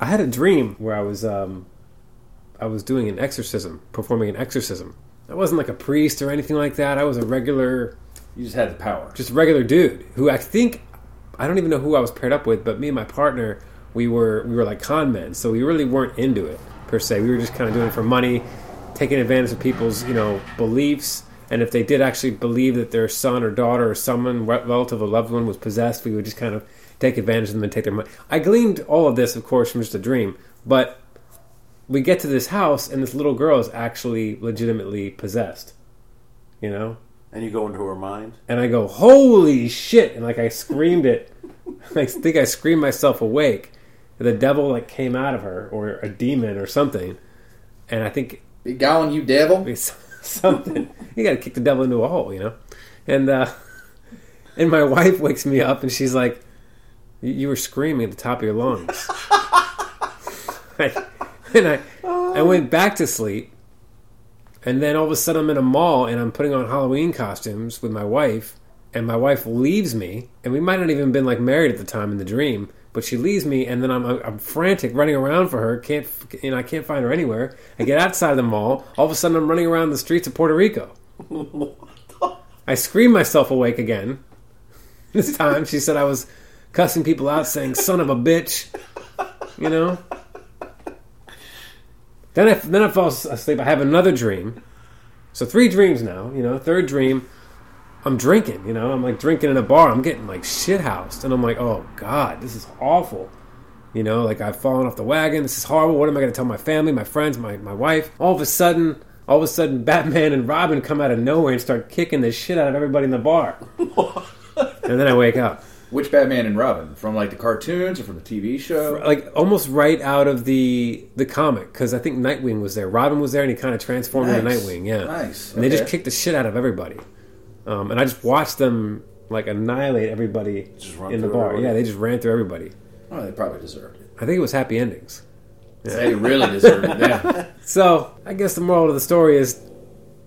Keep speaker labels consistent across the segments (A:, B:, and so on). A: I had a dream where I was um, I was doing an exorcism, performing an exorcism. I wasn't like a priest or anything like that. I was a regular,
B: You just had the power.
A: just a regular dude who I think I don't even know who I was paired up with, but me and my partner, we were we were like con men, so we really weren't into it per se. We were just kind of doing it for money, taking advantage of people's you know beliefs, and if they did actually believe that their son or daughter or someone re- relative or loved one was possessed, we would just kind of take advantage of them and take their money. I gleaned all of this, of course, from just a dream, but we get to this house and this little girl is actually legitimately possessed. You know,
B: And you go into her mind.
A: and I go, "Holy shit!" And like I screamed it, I think I screamed myself awake. The devil like came out of her, or a demon, or something. And I think
C: Be gone, you devil.
A: it's something you got to kick the devil into a hole, you know. And uh, and my wife wakes me up, and she's like, "You you were screaming at the top of your lungs." I- and I I went back to sleep, and then all of a sudden I'm in a mall and I'm putting on Halloween costumes with my wife, and my wife leaves me, and we might not even been like married at the time in the dream, but she leaves me, and then I'm I'm frantic running around for her, can't you know I can't find her anywhere. I get outside the mall, all of a sudden I'm running around the streets of Puerto Rico. I scream myself awake again. This time she said I was cussing people out, saying "son of a bitch," you know. Then I then I fall asleep. I have another dream. So three dreams now. You know, third dream, I'm drinking. You know, I'm like drinking in a bar. I'm getting like shit housed, and I'm like, oh god, this is awful. You know, like I've fallen off the wagon. This is horrible. What am I going to tell my family, my friends, my my wife? All of a sudden, all of a sudden, Batman and Robin come out of nowhere and start kicking the shit out of everybody in the bar. and then I wake up,
C: Which Batman and Robin? From like the cartoons or from the TV show?
A: like almost right out of the the comic, because I think Nightwing was there. Robin was there, and he kind of transformed into
C: Nice.
A: Nightwing. Yeah,
C: Nice.
A: And they just
C: Okay.
A: kicked the shit out of everybody. Um, and I just watched them like annihilate everybody
B: Just run
A: in the
B: through
A: bar.
B: everybody.
A: Yeah, they just ran through everybody.
C: Oh, they probably deserved it.
A: I think it was happy endings.
C: They really deserved it. Yeah.
A: So I guess the moral of the story is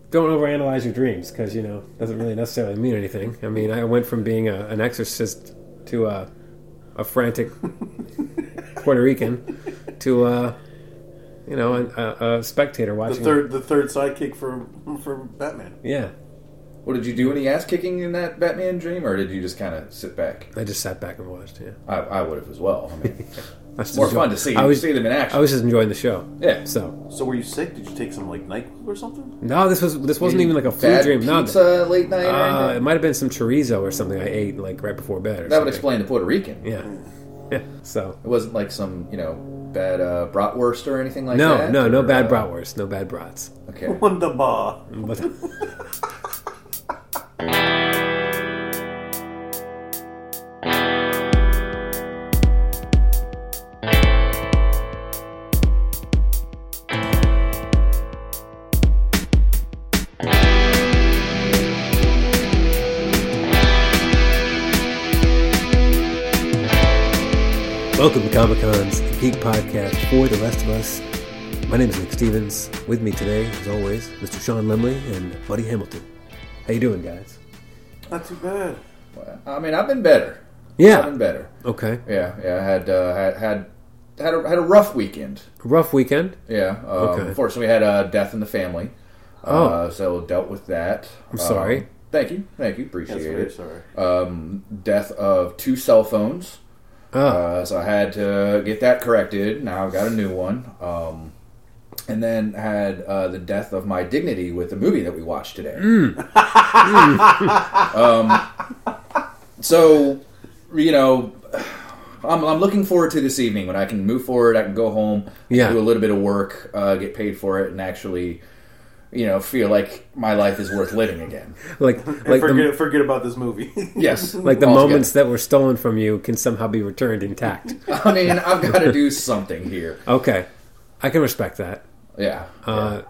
A: don't overanalyze your dreams because you know doesn't really necessarily mean anything. I mean, I went from being a, an exorcist to a, a frantic Puerto Rican to uh, you know an, a, a spectator
B: The
A: watching.
B: third, the third sidekick for for Batman.
A: Yeah,
C: Well, did you do any ass kicking in that Batman dream, or did you just kind of sit back?
A: I just sat back and watched. Yeah,
C: I, I would have as well. I mean,
A: I was
C: more
A: enjoy-
C: fun to see.
A: I was
C: see them in
A: I
C: action.
A: was just enjoying the show.
C: yeah.
A: So
B: So were you sick? Did you take some like Nyquil or something?
A: no, this was this wasn't even like a flu
C: Bad
A: dream. No,
C: Pizza late night. or
A: uh,
C: anything?
A: it might have been some chorizo or something I ate like right before bed. Or
C: that would
A: something.
C: explain the Puerto Rican.
A: Yeah, yeah. So
C: It wasn't like some you know bad uh, bratwurst or anything like
A: No,
C: that.
A: no,
C: or,
A: no bad
C: uh,
A: bratwurst, no bad brats.
C: Okay.
B: Wunderbar.
A: But Welcome to Comic Cons, the geek podcast for the rest of us. My name is Nick Stevens. With me today, as always, Mr. Sean Limley and Buddy Hamilton. How you doing, guys?
B: Not too bad.
C: I mean, I've been better. I've
A: Yeah.
C: been better.
A: Okay.
C: Yeah, yeah. I had uh, had had had a, had a rough weekend.
A: Rough weekend.
C: Yeah. Um,
A: Okay.
C: Unfortunately, we had uh, death in the family.
A: Oh.
C: Uh, so dealt with that. I'm
A: sorry.
C: Thank you. Thank you. Appreciate
B: That's
C: it.
B: very sorry.
C: um, death of two cell phones.
A: Oh,
C: Uh, so I had to get that corrected. Now I've got a new one. Um, and then had uh, the death of my dignity with the movie that we watched today.
A: Mm.
C: um, so, you know, I'm, I'm looking forward to this evening when I can move forward. I can go home,
A: Yeah.
C: do a little bit of work, uh, get paid for it, and actually, you know, feel like my life is worth living again.
A: like
B: And
A: like
B: forget
A: the
B: forget about this movie.
C: Yes,
A: like the
C: altogether.
A: moments that were stolen from you can somehow be returned intact.
C: I mean, I've got to do something here.
A: Okay, I can respect that.
C: Yeah.
A: Uh,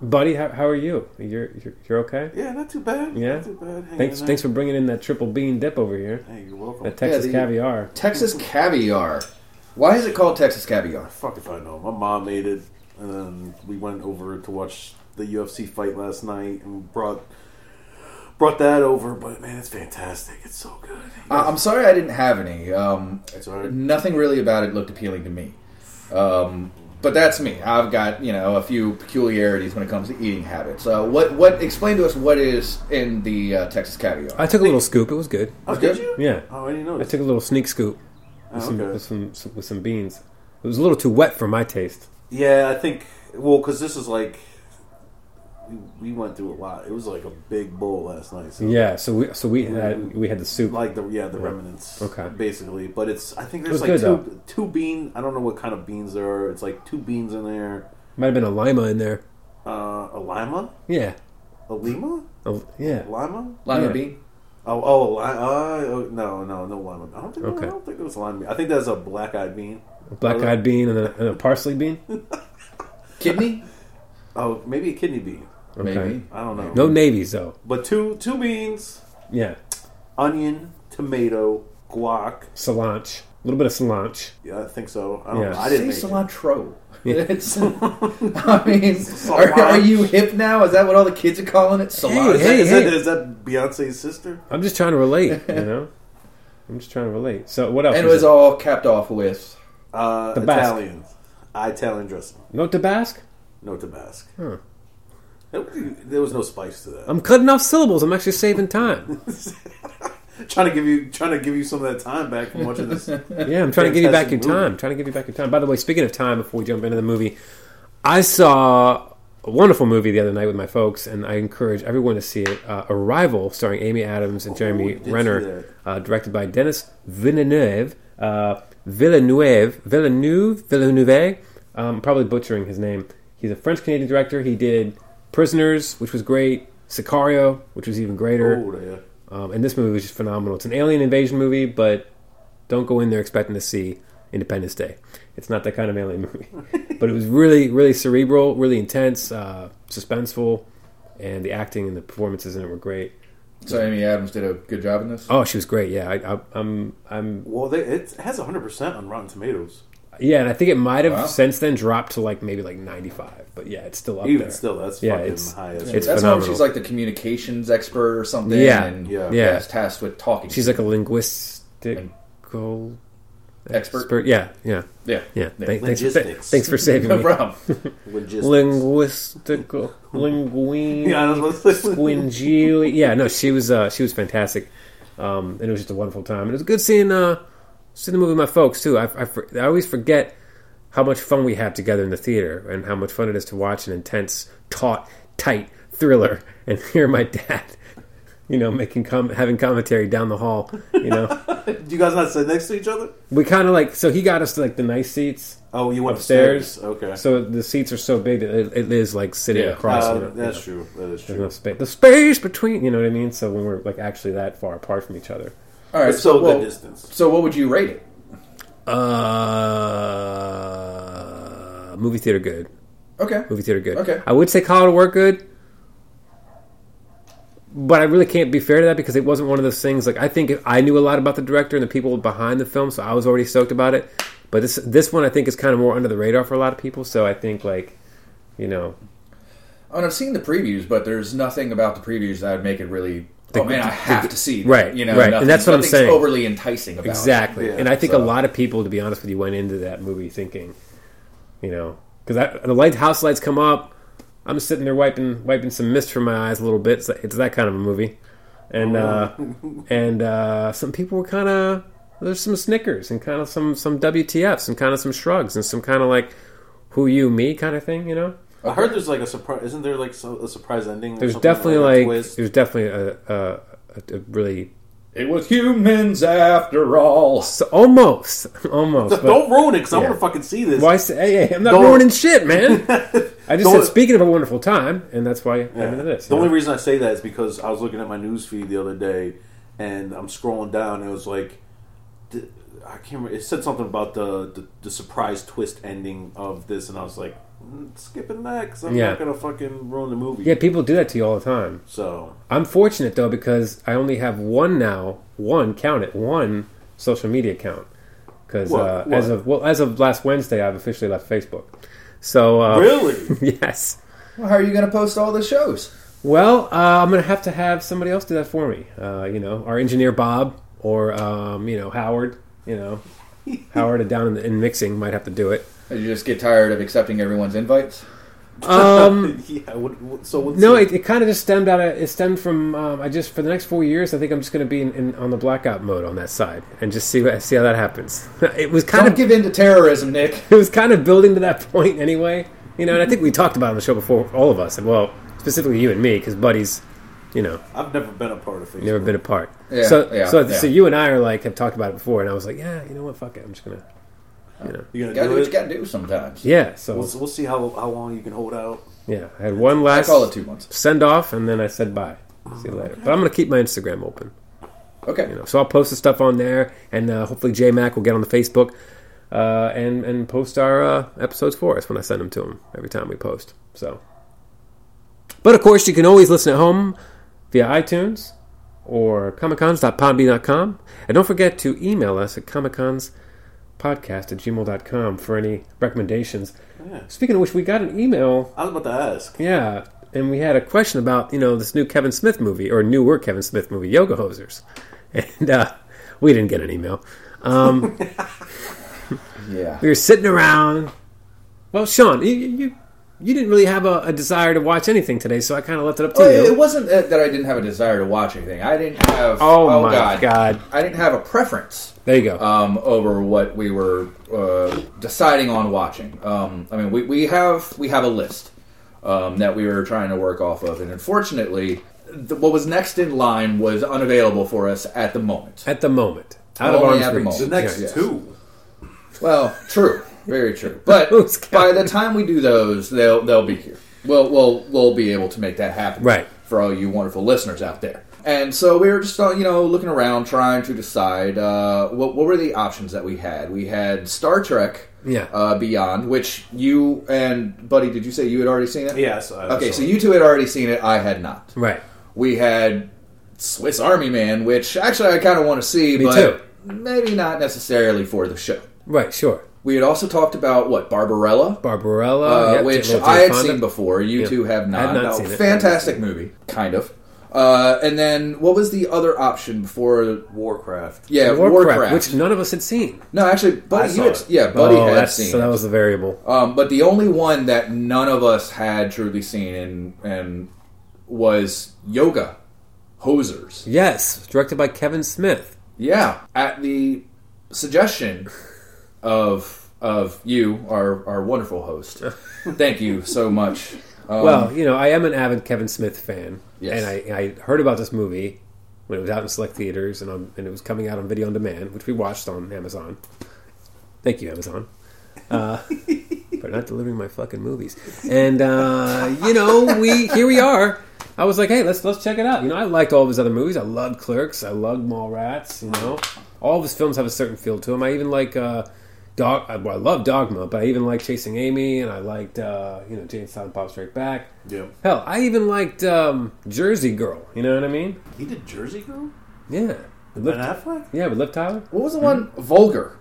A: Buddy, how, how are you? You're you're, you're okay.
B: yeah, not too bad.
A: Yeah.
B: Not too bad. Hanging
A: Thanks
B: out.
A: thanks for bringing in that triple bean dip over here.
B: Hey, you're welcome.
A: That Texas
C: the-
A: caviar.
C: Texas caviar. Why is it called Texas caviar?
B: Fuck if I know. My mom made it, and then we went over to watch the UFC fight last night, and brought brought that over. But man, it's fantastic. It's so good.
C: Uh, I- I'm sorry I didn't have any. Um,
B: It's all right.
C: nothing really about it looked appealing to me. Um, but that's me. I've got you know a few peculiarities when it comes to eating habits. So what what explain to us what is in the uh, Texas caviar?
A: I took a little scoop. It was good.
B: Oh,
C: good.
B: did you?
A: Yeah.
B: Oh, I didn't
A: I
B: notice.
A: took a little sneak scoop with,
B: Oh,
A: some,
B: okay.
A: with some, some with some beans. It was a little too wet for my taste.
B: Yeah, I think. Well, because this is like we, we went through a lot. It was like a big bowl last night. So
A: Yeah, so we so we had we had the soup.
B: Like the yeah the remnants.
A: Okay.
B: Basically, but it's I think
A: was
B: there's
A: good,
B: like
A: though.
B: two, two bean. I don't know what kind of beans there are. It's like two beans in there.
A: Might have been a lima in there.
B: Uh, a lima,
A: Yeah,
B: a lima,
A: A- yeah.
B: lima.
C: Lima
A: Yeah.
C: bean.
B: Oh, oh, li- uh, oh, no, no, no lima. I don't think.
A: Okay.
B: I don't think it was lima. I think that's a black-eyed bean.
A: Black eyed bean and a, and a parsley bean.
C: Kidney?
B: Oh, maybe a kidney bean.
A: Okay.
C: Maybe.
B: I don't know.
A: No navies though.
B: But two two beans,
A: Yeah,
B: onion, tomato, guac.
A: Solange. A little bit of Solange.
B: Yeah, I think so. I don't
A: Yeah.
B: know. I didn't
C: Say
B: make it.
C: cilantro. It's, I mean, are,
B: Cilantro.
C: are you hip now? Is that what all the kids are calling it? Cilantro.
B: Is that-
A: Hey,
B: is that-
A: hey.
B: is that Beyonce's sister?
A: I'm just trying to relate. You know, I'm just trying to relate. So what else?
C: And it
A: is
C: was all capped off with
B: Uh,
A: Tabasco.
B: Italian. Italian dressing.
A: no Tabasco.
B: No Tabasco.
A: Huh.
B: It- there was no spice to that.
A: I'm cutting off syllables. I'm actually saving time.
B: trying to give you trying to give you some of that time back from watching this. Oh,
A: Yeah, I'm trying to give you back your
B: Fantastic movie.
A: time. Trying to give you back your time. By the way, speaking of time, before we jump into the movie, I saw a wonderful movie the other night with my folks, and I encourage everyone to see it. Uh, Arrival, starring Amy Adams and
B: we
A: Jeremy
B: Oh, did see
A: Renner,
B: that.
A: uh, directed by Dennis Villeneuve. Uh, Villeneuve, Villeneuve, Villeneuve. Um, probably butchering his name. He's a French Canadian director. He did Prisoners, which was great. Sicario, which was even greater.
B: Oh, yeah.
A: Um, and this movie was just phenomenal. It's an alien invasion movie, but don't go in there expecting to see Independence Day. It's not that kind of alien movie. but it was really, really cerebral, really intense, uh, suspenseful, and the acting and the performances in it were great.
C: So Amy Adams did a good job in this.
A: Oh, she was great. Yeah, I, I, I'm, I'm,
B: Well, they, it has 100% on Rotten Tomatoes.
A: yeah, and I think it might have
C: Wow.
A: since then dropped to like maybe like 95. But yeah, it's still up
B: Even
A: there.
B: still, that's
A: Yeah,
B: fucking
A: it's-
B: high as
A: it's
B: shit.
C: That's
A: phenomenal.
C: how she's like the communications expert or something.
A: Yeah.
C: and
B: Yeah.
A: Yeah.
C: is tasked with talking.
A: She's like a linguistical
C: expert.
A: expert. Yeah, yeah,
C: Yeah,
A: yeah. Thank- thanks,
B: Logistics.
A: thanks for saving
C: No
A: me.
C: problem.
B: Logistics.
A: Linguistical, linguine.
B: Yeah, I was about to say-
A: Squingili. Yeah, no, she was uh, she was fantastic, um, and it was just a wonderful time. And it was good seeing uh, seeing the movie with my folks too. I, I, for- I always forget how much fun we have together in the theater, and how much fun it is to watch an intense, taut, tight thriller, and hear my dad, you know, making com- having commentary down the hall. You know,
B: Do you guys not sit next to each other?
A: we kind of like so he got us to like the nice seats.
B: Oh, you went
A: Upstairs.
B: upstairs? Okay.
A: So the seats are so big that it, it is like sitting
C: Yeah.
A: across.
B: Uh,
A: you know,
B: that's true. That is
A: you know,
B: true.
A: spa- the space between, you know what I mean? So when we're like actually that far apart from each other.
C: All right.
B: It's so
C: So,
B: good
C: well,
B: distance.
C: so what would you rate it?
A: Uh, movie theater good.
C: Okay.
A: Movie theater good.
C: Okay.
A: I would say Colorado Work good. But I really can't be fair to that because it wasn't one of those things. Like I think if I knew a lot about the director and the people behind the film, so I was already stoked about it. But this this one I think is kind of more under the radar for a lot of people. So I think like, you know,
C: I mean, I've seen the previews, but there's nothing about the previews that would make it really. oh man, I have to see. that,"
A: right,
C: You know.
A: right, and
C: nothing-
A: that's what I'm
C: nothing's
A: saying.
C: Overly enticing about. it.
A: Exactly.
B: Yeah,
A: and I think
C: so-
A: a lot of people, to be honest with you, went into that movie thinking, you know, because the light house lights come up. I'm sitting there wiping wiping some mist from my eyes a little bit. It's, it's that kind of a movie, and
B: Oh,
A: uh, and uh, some people were kind of there's some snickers and kind of some some WTFs and kind of some shrugs and some kind of like who you me kind of thing, you know.
B: I heard there's like a surprise. Isn't there like so, a surprise ending? or
A: There's
B: something,
A: definitely
B: a
A: like,
B: twist?
A: there's definitely a, a, a, a really
C: It was humans after all.
A: so almost almost. but-
B: Don't ruin it because I
A: Yeah.
B: want to fucking see this.
A: Why say, hey, hey, I'm not
B: Don't-
A: ruining shit, man. I just said,
B: Don't-
A: speaking of a wonderful time, and that's why I ended this.
B: The
A: you
B: only
A: know?
B: reason I say that is because I was looking at my news feed the other day, and I'm scrolling down. And it was like, th- I can't. Remember, it said something about the, the the surprise twist ending of this, and I was like, "Mm, skipping that because I'm
A: Yeah.
B: not gonna fucking ruin the movie.
A: yeah, people do that to you all the time.
B: So
A: I'm fortunate, though, because I only have one now, one, count it, one social media account. Because
B: What?
A: uh,
B: What?
A: as of well, as of last Wednesday, I've officially left Facebook. So uh,
B: really,
A: yes.
C: Well, how are you going to post all the shows?
A: Well, uh, I'm gonna have to have somebody else do that for me. Uh, you know, our engineer Bob or um, you know Howard. You know, Howard down in, in mixing might have to do it.
C: Did you just get tired of accepting everyone's invites?
A: Um,
B: yeah. What, what, so what's
A: no, it, it kind of just stemmed out. Of, it stemmed from um, I just for the next four years, I think I'm just going to be in, in, on the blackout mode on that side and just see what, see how that happens. it was kind
C: Don't
A: of
C: give in to terrorism, Nick.
A: it was kind of building to that point anyway. You know, and I think we talked about it on the show before, all of us. Well, specifically you and me, because buddies, you know,
B: I've never been a part of Facebook.
A: never been apart.
C: Yeah,
A: so,
C: yeah,
A: so,
C: yeah.
A: so you and I are like have talked about it before, and I was like, yeah, you know what, fuck it, I'm just gonna, you know,
B: You
C: You
B: gonna
C: gotta do
B: do
C: what you
B: it?
C: gotta do sometimes.
A: yeah. So
B: We'll, we'll see how, how long you can hold out.
A: yeah, I had one
C: I
A: last
C: call it two months.
A: send off, and then I said bye. See you later. But I'm gonna keep my Instagram open.
C: Okay.
A: You know, so I'll post the stuff on there, and uh, hopefully J Mac will get on the Facebook uh, and and post our uh, episodes for us when I send them to him every time we post. So, but of course, you can always listen at home via iTunes or comiccons.podbean.com, and don't forget to email us at comiccons podcast at gmail.com for any recommendations
B: Yeah.
A: speaking of which we got an email
B: I was about to ask.
A: yeah, and we had a question about you know this new Kevin Smith movie or newer Kevin Smith movie, Yoga Hosers, and uh, we didn't get an email. Um,
C: Yeah.
A: we were sitting around. Well, Sean, you you, you didn't really have a, a desire to watch anything today, so I kind of left it up to
C: Well,
A: you.
C: it, it wasn't that, that I didn't have a desire to watch anything. I didn't have.
A: oh, my god.
C: I didn't have a preference
A: There you go.
C: um, over what we were uh, deciding on watching. Um, I mean, we, we have we have a list um, that we were trying to work off of, and unfortunately, the, what was next in line was unavailable for us at the moment.
A: at the moment, out of
C: Only
A: arm's
C: at the
A: reach.
C: moment.
B: The next
A: Yeah,
C: yeah.
B: two.
C: Well, true, very true. But
A: Who's
C: by
A: counting?
C: the time we do those, they'll they'll be here. We'll we'll we'll be able to make that happen.
A: Right.
C: For all you wonderful listeners out there. And so we were just uh, you know looking around, trying to decide uh, what what were the options that we had. We had Star Trek.
A: Yeah.
C: Uh, Beyond, which you and Buddy, did you say you had already seen it?
B: Yes. I
C: Okay,
B: saw
C: so
B: it.
C: you two had already seen it. I had not.
A: Right.
C: We had Swiss Army Man, which actually I kind of want to see,
A: Me
C: but
A: too.
C: maybe not necessarily for the show.
A: Right. Sure.
C: We had also talked about what Barbarella,
A: Barbarella,
C: uh,
A: yep,
C: which
A: little Jane
C: I had
A: Fonda.
C: seen before. You
A: Yeah.
C: two have
A: I
C: not.
A: had not
C: No,
A: seen it.
C: fantastic movie, kind of. Uh, and then what was the other option before?
B: Warcraft.
C: Yeah,
A: Warcraft,
C: Warcraft.
A: which none of us had seen.
C: no, actually,
B: I
C: Buddy, you
B: saw
C: had,
B: it.
C: yeah, Buddy
A: oh,
C: had
A: that's,
C: seen.
A: so that
C: it.
A: was the variable.
C: Um, but the only one that none of us had truly seen and and was Yoga Hosers.
A: Yes, directed by Kevin Smith.
C: Yeah, at the suggestion of of you, our our wonderful host. Thank you so much. Um,
A: Well, you know, I am an avid Kevin Smith fan,
C: Yes.
A: and I, I heard about this movie when it was out in select theaters and on, and it was coming out on video on demand, which we watched on Amazon. Thank you, Amazon, uh, for not delivering my fucking movies. And uh, you know, we here we are. I was like, hey, let's let's check it out. You know, I liked all of his other movies. I loved Clerks. I loved Mallrats. You know, all of his films have a certain feel to them. I even like. Uh, Dog, I, well, I love Dogma, but I even liked Chasing Amy, and I liked uh, you know Jane Silent Bob Straight Back.
B: Yeah.
A: Hell, I even liked um, Jersey Girl. You know what I mean?
B: He did Jersey Girl.
A: Yeah. With
B: Ben
A: Liv-
B: Affleck.
A: yeah, with Liv Tyler.
C: what was the one? Vulgar.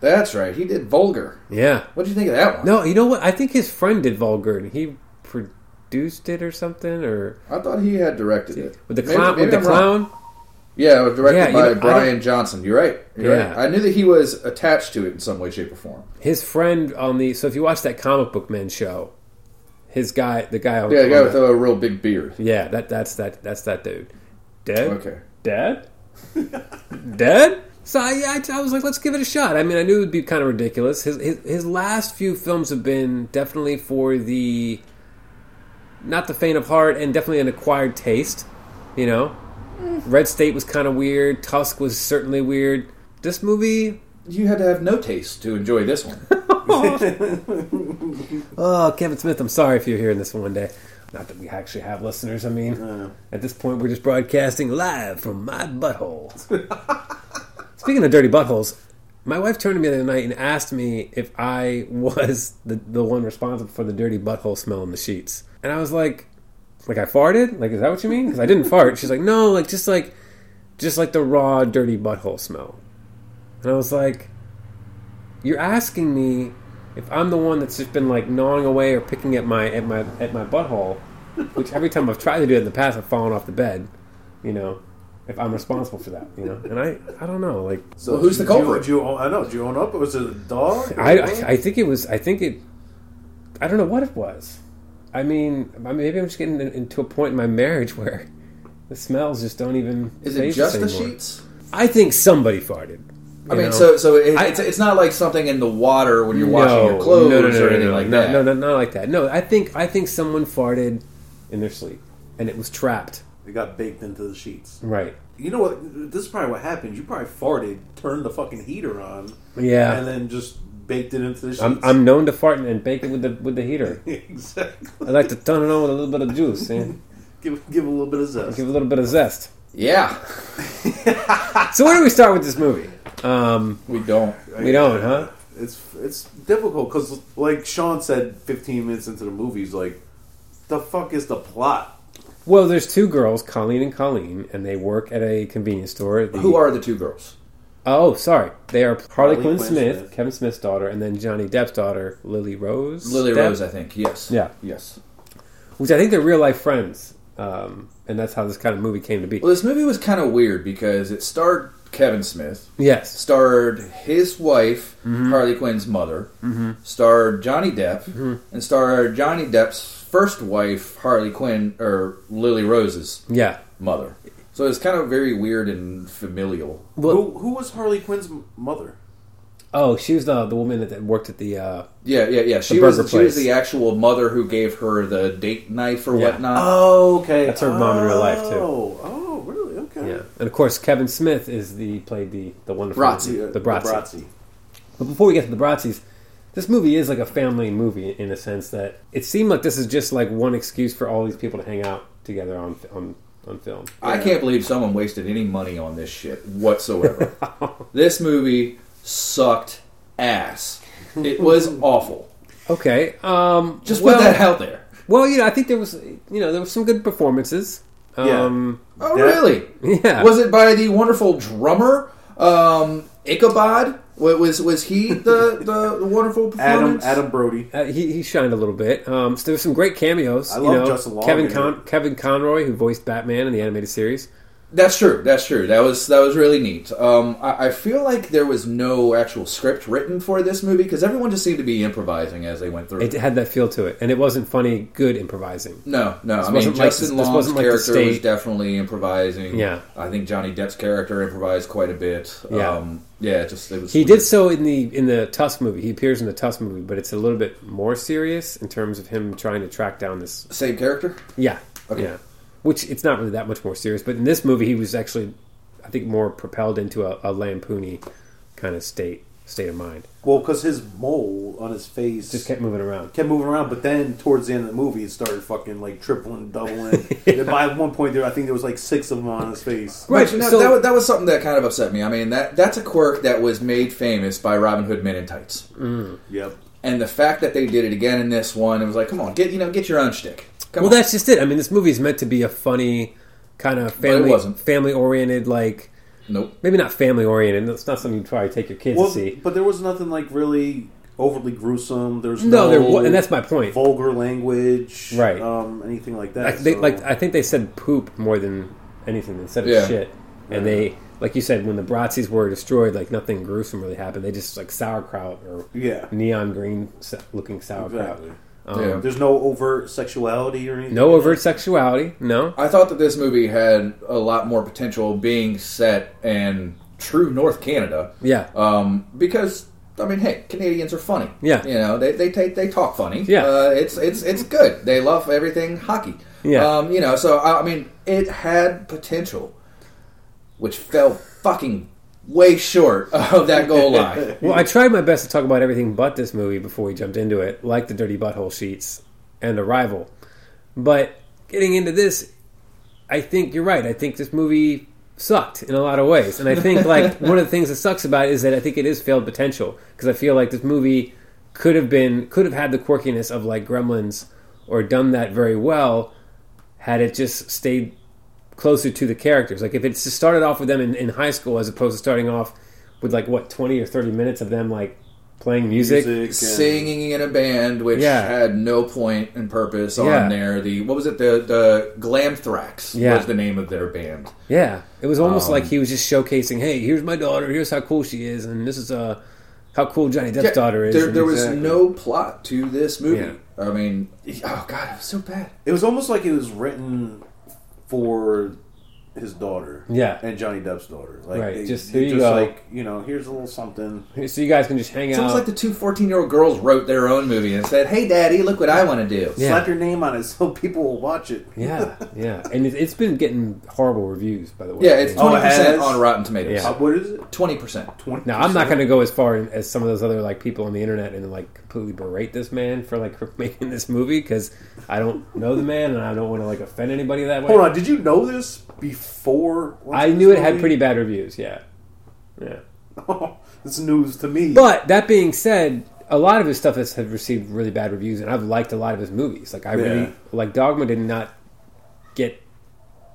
C: That's right. He did Vulgar.
A: Yeah.
C: What do you think of that one?
A: No, you know what? I think his friend did Vulgar, and he produced it or something, or
C: I thought he had directed it
A: with the
C: Maybe-
A: clown.
C: maybe
A: with the
C: I'm wrong.
A: clown.
C: Yeah, it was directed
A: Yeah, you
C: by
A: know, I
C: Brian Johnson. You're right. You're
A: Yeah.
C: right. I knew that he was attached to it in some way, shape, or form.
A: His friend on the so if you watch that comic book men show, his guy, the guy on
C: Yeah, the guy
A: on
C: with
A: the-
C: a real big beard.
A: yeah, that that's that that's that dude. Dead.
C: Okay.
A: Dead? Dead? So I, I, I was like, let's give it a shot. I mean, I knew it would be kind of ridiculous. His, his his last few films have been definitely for the not the faint of heart and definitely an acquired taste. You know, Red State was kind of weird. Tusk was certainly weird. This movie,
C: You had to have no taste to enjoy this one.
A: oh Kevin Smith, I'm sorry if you're hearing this one day. Not that we actually have listeners. I mean, at this point, we're just broadcasting live from my butthole. Speaking of dirty buttholes, my wife turned to me the other night and asked me if I was the, the one responsible for the dirty butthole smell in the sheets. And I was like, like I farted? Like, is that what you mean? Because I didn't fart. She's like, no, like just like, just like the raw dirty butthole smell. And I was like, you're asking me if I'm the one that's just been like gnawing away or picking at my at my at my butthole, which every time I've tried to do it in the past, I've fallen off the bed, you know. if I'm responsible for that, you know. And I, I don't know, like
B: So
C: Well, who's the
B: do you-
C: culprit?
B: Do you, own- I know. Do you own up? Was it a dog?
A: I, I, I think it was. I think it. I don't know what it was. I mean, maybe I'm just getting in- into a point in my marriage where the smells just don't even.
C: Is it
A: phase
C: just
A: us
C: the
A: anymore.
C: sheets?
A: I think somebody farted.
C: I
A: you
C: mean,
A: know?
C: so so it,
A: I-
C: it's it's not like something in the water when you're washing your clothes or anything
A: no,
C: like
A: no,
C: that.
A: No, no, not like that. No, I think I think someone farted in their sleep and it was trapped.
B: It got baked into the sheets.
A: Right.
B: You know what? This is probably what happened. You probably farted, turned the fucking heater on,
A: Yeah.
B: and then just baked it into the sheets.
A: I'm, I'm known to fart and bake it with the with the heater.
B: exactly.
A: I like to turn it on with a little bit of juice and
B: Give give a little bit of zest.
A: give it a little bit of zest.
C: Yeah,
A: So where do we start with this movie? Um,
C: we don't.
A: we don't, huh?
B: It's it's difficult because, like Sean said, 15 minutes into the movies, like the fuck is the plot?
A: Well, there's two girls, Colleen and Colleen, and they work at a convenience store. The-
C: Who are the two girls?
A: Oh, sorry. They are Harley,
B: Harley
A: Quinn
B: Quinn
A: Smith,
B: Smith.
A: Kevin Smith's daughter, and then Johnny Depp's daughter, Lily Rose.
C: Lily
A: Depp?
C: Rose, I think. Yes.
A: Yeah.
C: Yes.
A: which I think they're real life friends, um, and that's how this kind of movie came to be.
C: Well, this movie was kind of weird because it starred Kevin Smith,
A: Yes,
C: starred his wife
A: Mm-hmm.
C: Harley Quinn's mother, starred Johnny Depp,
A: Mm-hmm.
C: and starred Johnny Depp's first wife Harley Quinn or Lily Rose's
A: yeah.
C: mother. So it's kind of very weird and familial.
A: Well,
B: who who was Harley Quinn's m- mother?
A: oh, she was the the woman that, that worked at the. Uh,
C: Yeah, yeah, yeah. She
A: The
C: was
A: burger
C: she was
A: place.
C: the actual mother who gave her the date knife or
A: Yeah.
C: whatnot.
B: Oh, okay.
A: That's her mom in real life, too.
B: Oh, oh, really? Okay.
A: yeah, and of course Kevin Smith is the played the the wonderful
B: uh,
C: Bratzi.
A: the Bratzi. But before we get to the Bratzis, this movie is like a family movie in a sense that it seemed like this is just like one excuse for all these people to hang out together on on on film.
C: I can't believe someone wasted any money on this shit whatsoever. this movie sucked ass. It was awful.
A: Okay, um,
C: Just
A: well,
C: put that out there.
A: Well, you know, I think there was you know there were some good performances.
B: Yeah.
A: Um,
C: Oh,
B: That-
C: really?
A: yeah.
C: Was it by the wonderful drummer, um, Ichabod? Wa- Was was he the, the, the wonderful
B: Adam
C: performance?
B: Adam Brody.
A: Uh, he, he shined a little bit. Um, so there were some great cameos.
B: I
A: you
B: love
A: know,
B: Justin Long
A: Kevin
B: in
A: Con- Kevin Conroy, who voiced Batman in the animated series.
C: That's true. That's true. That was that was really neat. Um, I, I feel like there was no actual script written for this movie because everyone just seemed to be improvising as they went through.
A: It had that feel to it, and it wasn't funny, good improvising.
C: no, no. I mean,
A: wasn't like-
C: Justin
A: this
C: Long's
A: wasn't like the
C: character was
A: state-
C: definitely improvising.
A: Yeah.
C: I think Johnny Depp's character improvised quite a bit.
A: Yeah.
C: um, yeah. it Just it was.
A: He did so in the in the Tusk movie. He appears in the Tusk movie, but it's a little bit more serious in terms of him trying to track down this.
C: same character.
A: Yeah,
C: Okay.
A: yeah. Which it's not really that much more serious, but in this movie, he was actually, I think, more propelled into a, a lampoony kind of state state of mind.
B: Well, because his mole on his face
A: Just kept moving around.
B: kept moving around, but then towards the end of the movie, it started fucking like tripling, doubling. And By one point, there I think there was like six of them on his face.
A: Right,
C: Which, no,
A: so-
C: that, was, that was something that kind of upset me. I mean, that that's a quirk that was made famous by Robin Hood Men in Tights,
B: Yep.
C: and the fact that they did it again in this one, it was like, come on, get you know, get your own shtick. Come
A: Well,
C: on.
A: that's just it. I mean, this movie is meant to be a funny kind of family
C: wasn't.
A: family oriented, like
C: nope.
A: maybe not family oriented. It's not something you probably take your kids
B: Well,
A: to see.
B: but there was nothing like really overly gruesome. There's
A: No,
B: no,
A: there wa- and that's my point.
B: vulgar language,
A: Right.
B: Um, anything like that.
A: Like, they,
B: so-
A: like I think they said poop more than anything. They said
C: Yeah.
A: it's shit, and they like you said when the Bratzies were destroyed, like nothing gruesome really happened. They just like sauerkraut or
B: yeah,
A: neon green sa- looking sauerkraut.
B: exactly.
A: Oh.
C: yeah.
B: There's no overt sexuality or anything.
A: No overt sexuality. No.
C: I thought that this movie had a lot more potential being set in true North Canada.
A: Yeah.
C: Um, because I mean, hey, Canadians are funny.
A: Yeah.
C: You know, they they take they talk funny.
A: Yeah.
C: Uh, it's it's it's good. They love everything hockey.
A: Yeah.
C: Um, you know, so I, I mean, it had potential, which fell fucking way short of that goal line.
A: Well, I tried my best to talk about everything but this movie before we jumped into it, like the Dirty Butthole Sheets and Arrival. But getting into this, I think you're right. I think this movie sucked in a lot of ways. And I think, like, one of the things that sucks about it is that I think it is failed potential. Because I feel like this movie could have been, could have had the quirkiness of, like, Gremlins or done that very well had it just stayed closer to the characters. Like if it just started off with them in, in high school as opposed to starting off with like what twenty or thirty minutes of them like playing music.
B: Music and-
C: singing in a band, which
A: Yeah.
C: had no point and purpose
A: Yeah.
C: on there. The what was it? The the Glamthrax
A: Yeah.
C: was the name of their band.
A: Yeah, it was almost
C: Um,
A: like he was just showcasing, "Hey, here's my daughter. Here's how cool she is, and this is uh, how cool Johnny Depp's
C: Yeah,
A: daughter is."
C: There,
A: and- uh,
C: there was
B: exactly.
C: no plot to this movie.
A: Yeah.
C: I mean, oh god, it was so bad.
B: It was almost like it was written for his daughter.
A: Yeah.
B: And Johnny Depp's daughter. Like
A: Right,
B: they-
A: just,
B: they
A: "Here you go."
B: like, you know, here's a little something.
A: so you guys can just hang
C: It's almost
A: out.
C: like the two 14 year old girls wrote their own movie and said, "Hey, Daddy, look what I want to do."
A: Yeah.
B: Slap your name on it so people will watch it.
A: yeah, yeah, and it, it's been getting horrible reviews, by the way.
C: Yeah, it's
B: Oh,
C: twenty
B: it has?
C: percent on Rotten Tomatoes.
A: Yeah.
B: Uh, what is it?
C: Twenty percent.
B: 20
A: now I'm not going to go as far as some of those other like people on the internet and like completely berate this man for like for making this movie because I don't know the man and I don't want to like offend anybody that way.
B: Hold on, did you know this before?
A: I
B: watching
A: knew
B: this
A: it had
B: movie?
A: pretty bad reviews. Yeah, yeah.
B: it's news to me.
A: But that being said, a lot of his stuff has have received really bad reviews, and I've liked a lot of his movies. Like I
B: Yeah.
A: really like Dogma did not get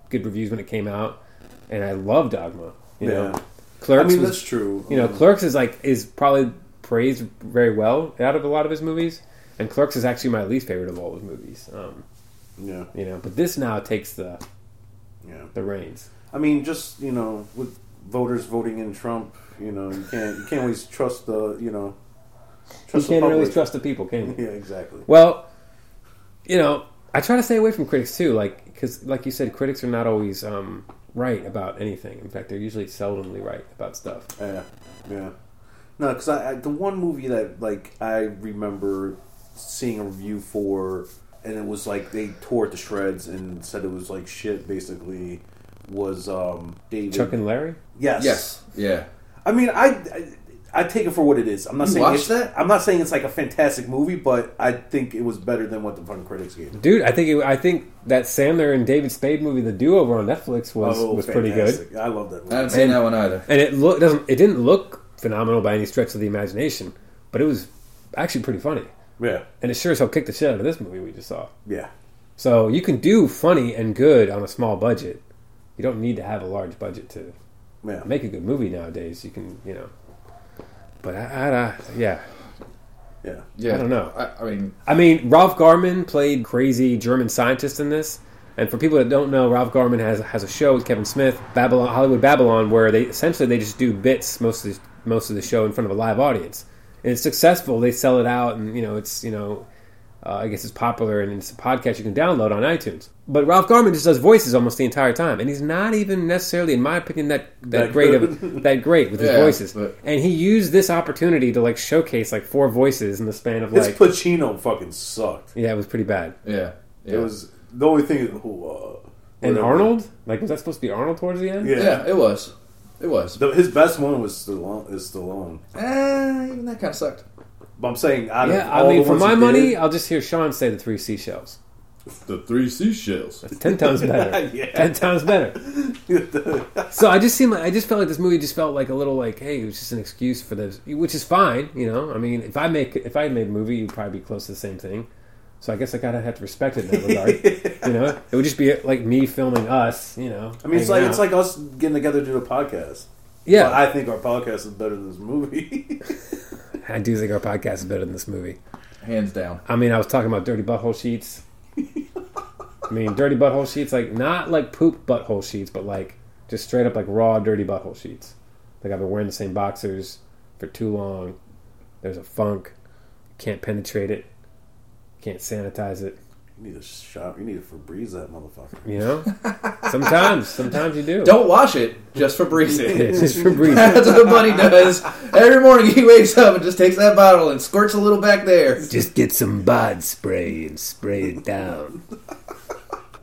A: good reviews when it came out, and I love Dogma. You
B: Yeah.
A: know,
B: I
A: Clerks
B: mean,
A: was-
B: that's true.
A: you know,
B: Um,
A: Clerks is like is probably praised very well out of a lot of his movies, and Clerks is actually my least favorite of all his movies. Um,
B: yeah,
A: you know, but this now takes the
B: yeah.
A: the reins.
B: I mean, just you know, with voters voting in Trump, you know, you can't you can't always trust the you know.
A: You
B: Trust the
A: can't really
B: public.
A: trust the people, can you?
B: Yeah, exactly.
A: Well, you know, I try to stay away from critics too, like because, like you said, critics are not always um, right about anything. In fact, they're usually seldomly right about stuff.
B: Yeah, yeah. No, because I, I the one movie that like I remember seeing a review for, and it was like they tore it to shreds and said it was like shit. Basically, was um David?
A: Chuck and Larry.
B: yes,
C: Yes. Yeah.
B: I mean, I, I I take it for what it is. I'm not
C: You
B: saying
C: watched
B: it's-
C: that?
B: I'm not saying it's like a fantastic movie, but I think it was better than what the fucking critics gave it.
A: Dude, I think it, I think that Sandler and David Spade movie, The Do Over on Netflix, was
B: Oh,
A: was pretty good,
B: I love that.
C: I
B: Movie.
C: haven't seen that one either.
A: and it look doesn't it didn't look phenomenal by any stretch of the imagination, but it was actually pretty funny,
B: Yeah,
A: and it sure as hell kicked the shit out of this movie we just saw.
B: yeah,
A: So you can do funny and good on a small budget. You don't need to have a large budget to
B: yeah.
A: make a good movie nowadays. You can, you know. But I, I, I yeah,
B: yeah.
C: Yeah.
A: I don't know.
C: I, I mean,
A: I mean, Ralph Garman played crazy German scientist in this. And for people that don't know, Ralph Garman has has a show with Kevin Smith, Babylon, Hollywood Babylon, where they essentially they just do bits most of the, most of the show in front of a live audience, and it's successful. They sell it out, and you know it's you know. Uh, I guess it's popular, and it's a podcast you can download on iTunes. But Ralph Garman just does voices almost the entire time, and he's not even necessarily, in my opinion, that that,
B: That
A: great
B: good.
A: of, that great with his
C: Yeah,
A: voices.
C: but-
A: And he used this opportunity to like showcase like four voices in the span of
B: His
A: like
B: Pacino fucking sucked.
A: yeah, it was pretty bad.
C: yeah. yeah.
B: It was the only thing. Is, who, uh,
A: And
B: whatever.
A: Arnold? Like, was that supposed to be Arnold towards the end?
B: Yeah.
C: Yeah, it was. It was.
B: The, his best one was Stallone. Is Stallone.
C: Eh, even that kind of sucked.
B: But I'm saying, out of
A: Yeah, I
B: all
A: mean,
B: the
A: for
B: ones
A: my
B: he
A: money,
B: did-
A: I'll just hear Sean say the three seashells.
C: The three seashells.
A: Ten times better.
B: Yeah.
A: Ten times better. So I just seemed like I just felt like this movie just felt like a little like, hey, it was just an excuse for this, which is fine, you know. I mean, if I make if I made a movie, you'd probably be close to the same thing. So I guess I kind of have to respect it in that regard, you know. It would just be like me filming us, you know.
B: I mean, it's like
A: hanging
B: it's
A: out.
B: like us getting together to do a podcast.
A: yeah,
B: But I think our podcast is better than this movie.
A: I do think our podcast is better than this movie.
C: Hands down.
A: I mean, I was talking about dirty butthole sheets. I mean, dirty butthole sheets, like not like poop butthole sheets, but like just straight up like raw dirty butthole sheets. Like I've been wearing the same boxers for too long. There's a funk. Can't penetrate it. Can't sanitize it.
B: you need a shot. You need a Febreze that motherfucker.
A: You know. Sometimes, sometimes you do.
C: Don't wash it, just Febreze
A: It's
C: it.
A: just for breathing.
C: That's what Bunny does. Every morning he wakes up and just takes that bottle and squirts a little back there.
A: Just get some bod spray and spray it down.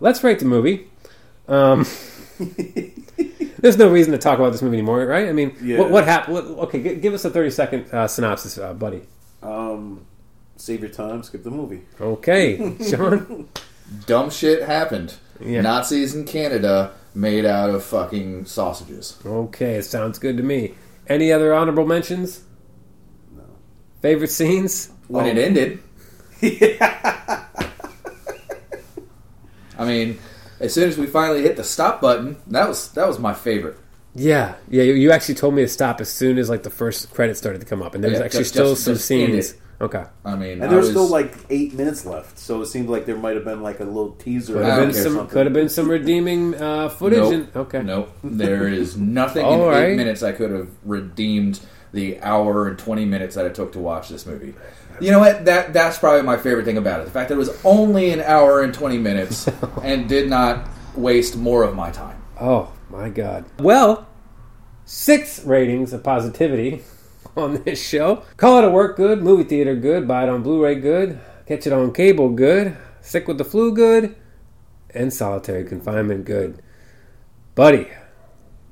A: Let's rate the movie. Um, there's no reason to talk about this movie anymore, right? I mean,
B: Yeah.
A: what, what happened? What, okay, gi- give us a 30 second uh, synopsis, uh, buddy.
B: Um, save your time. Skip the movie.
A: Okay, Sean.
C: Dumb shit happened.
A: Yeah.
C: Nazis in Canada made out of fucking sausages.
A: Okay, sounds good to me. Any other honorable mentions?
B: No.
A: Favorite scenes?
C: When
B: Well-
C: it ended, I mean, as soon as we finally hit the stop button, that was that was my favorite.
A: Yeah, yeah. You, you actually told me to stop as soon as like the first credit started to come up, and there was
C: Yeah,
A: actually
C: just-
A: still
C: just-
A: some
C: just end
A: scenes.
C: it.
A: Okay,
C: I mean,
B: And there
C: I
B: was,
C: was
B: still like eight minutes left, so it seemed like there might have been like a little teaser.
A: could
C: I
A: have
C: don't
A: been
C: care.
A: some could have been some redeeming uh, footage.
C: Nope.
A: And, okay,
C: Nope. There is nothing in
A: All
C: eight
A: right.
C: minutes I could have redeemed the hour and twenty minutes that it took to watch this movie. You know what? That that's probably my favorite thing about it. The fact that it was only an hour and twenty minutes and did not waste more of my time.
A: Oh my god. Well, six ratings of positivity on this show. Call it a work good, movie theater good, buy it on Blu-ray good, catch it on cable good, sick with the flu good, and solitary confinement good. Buddy,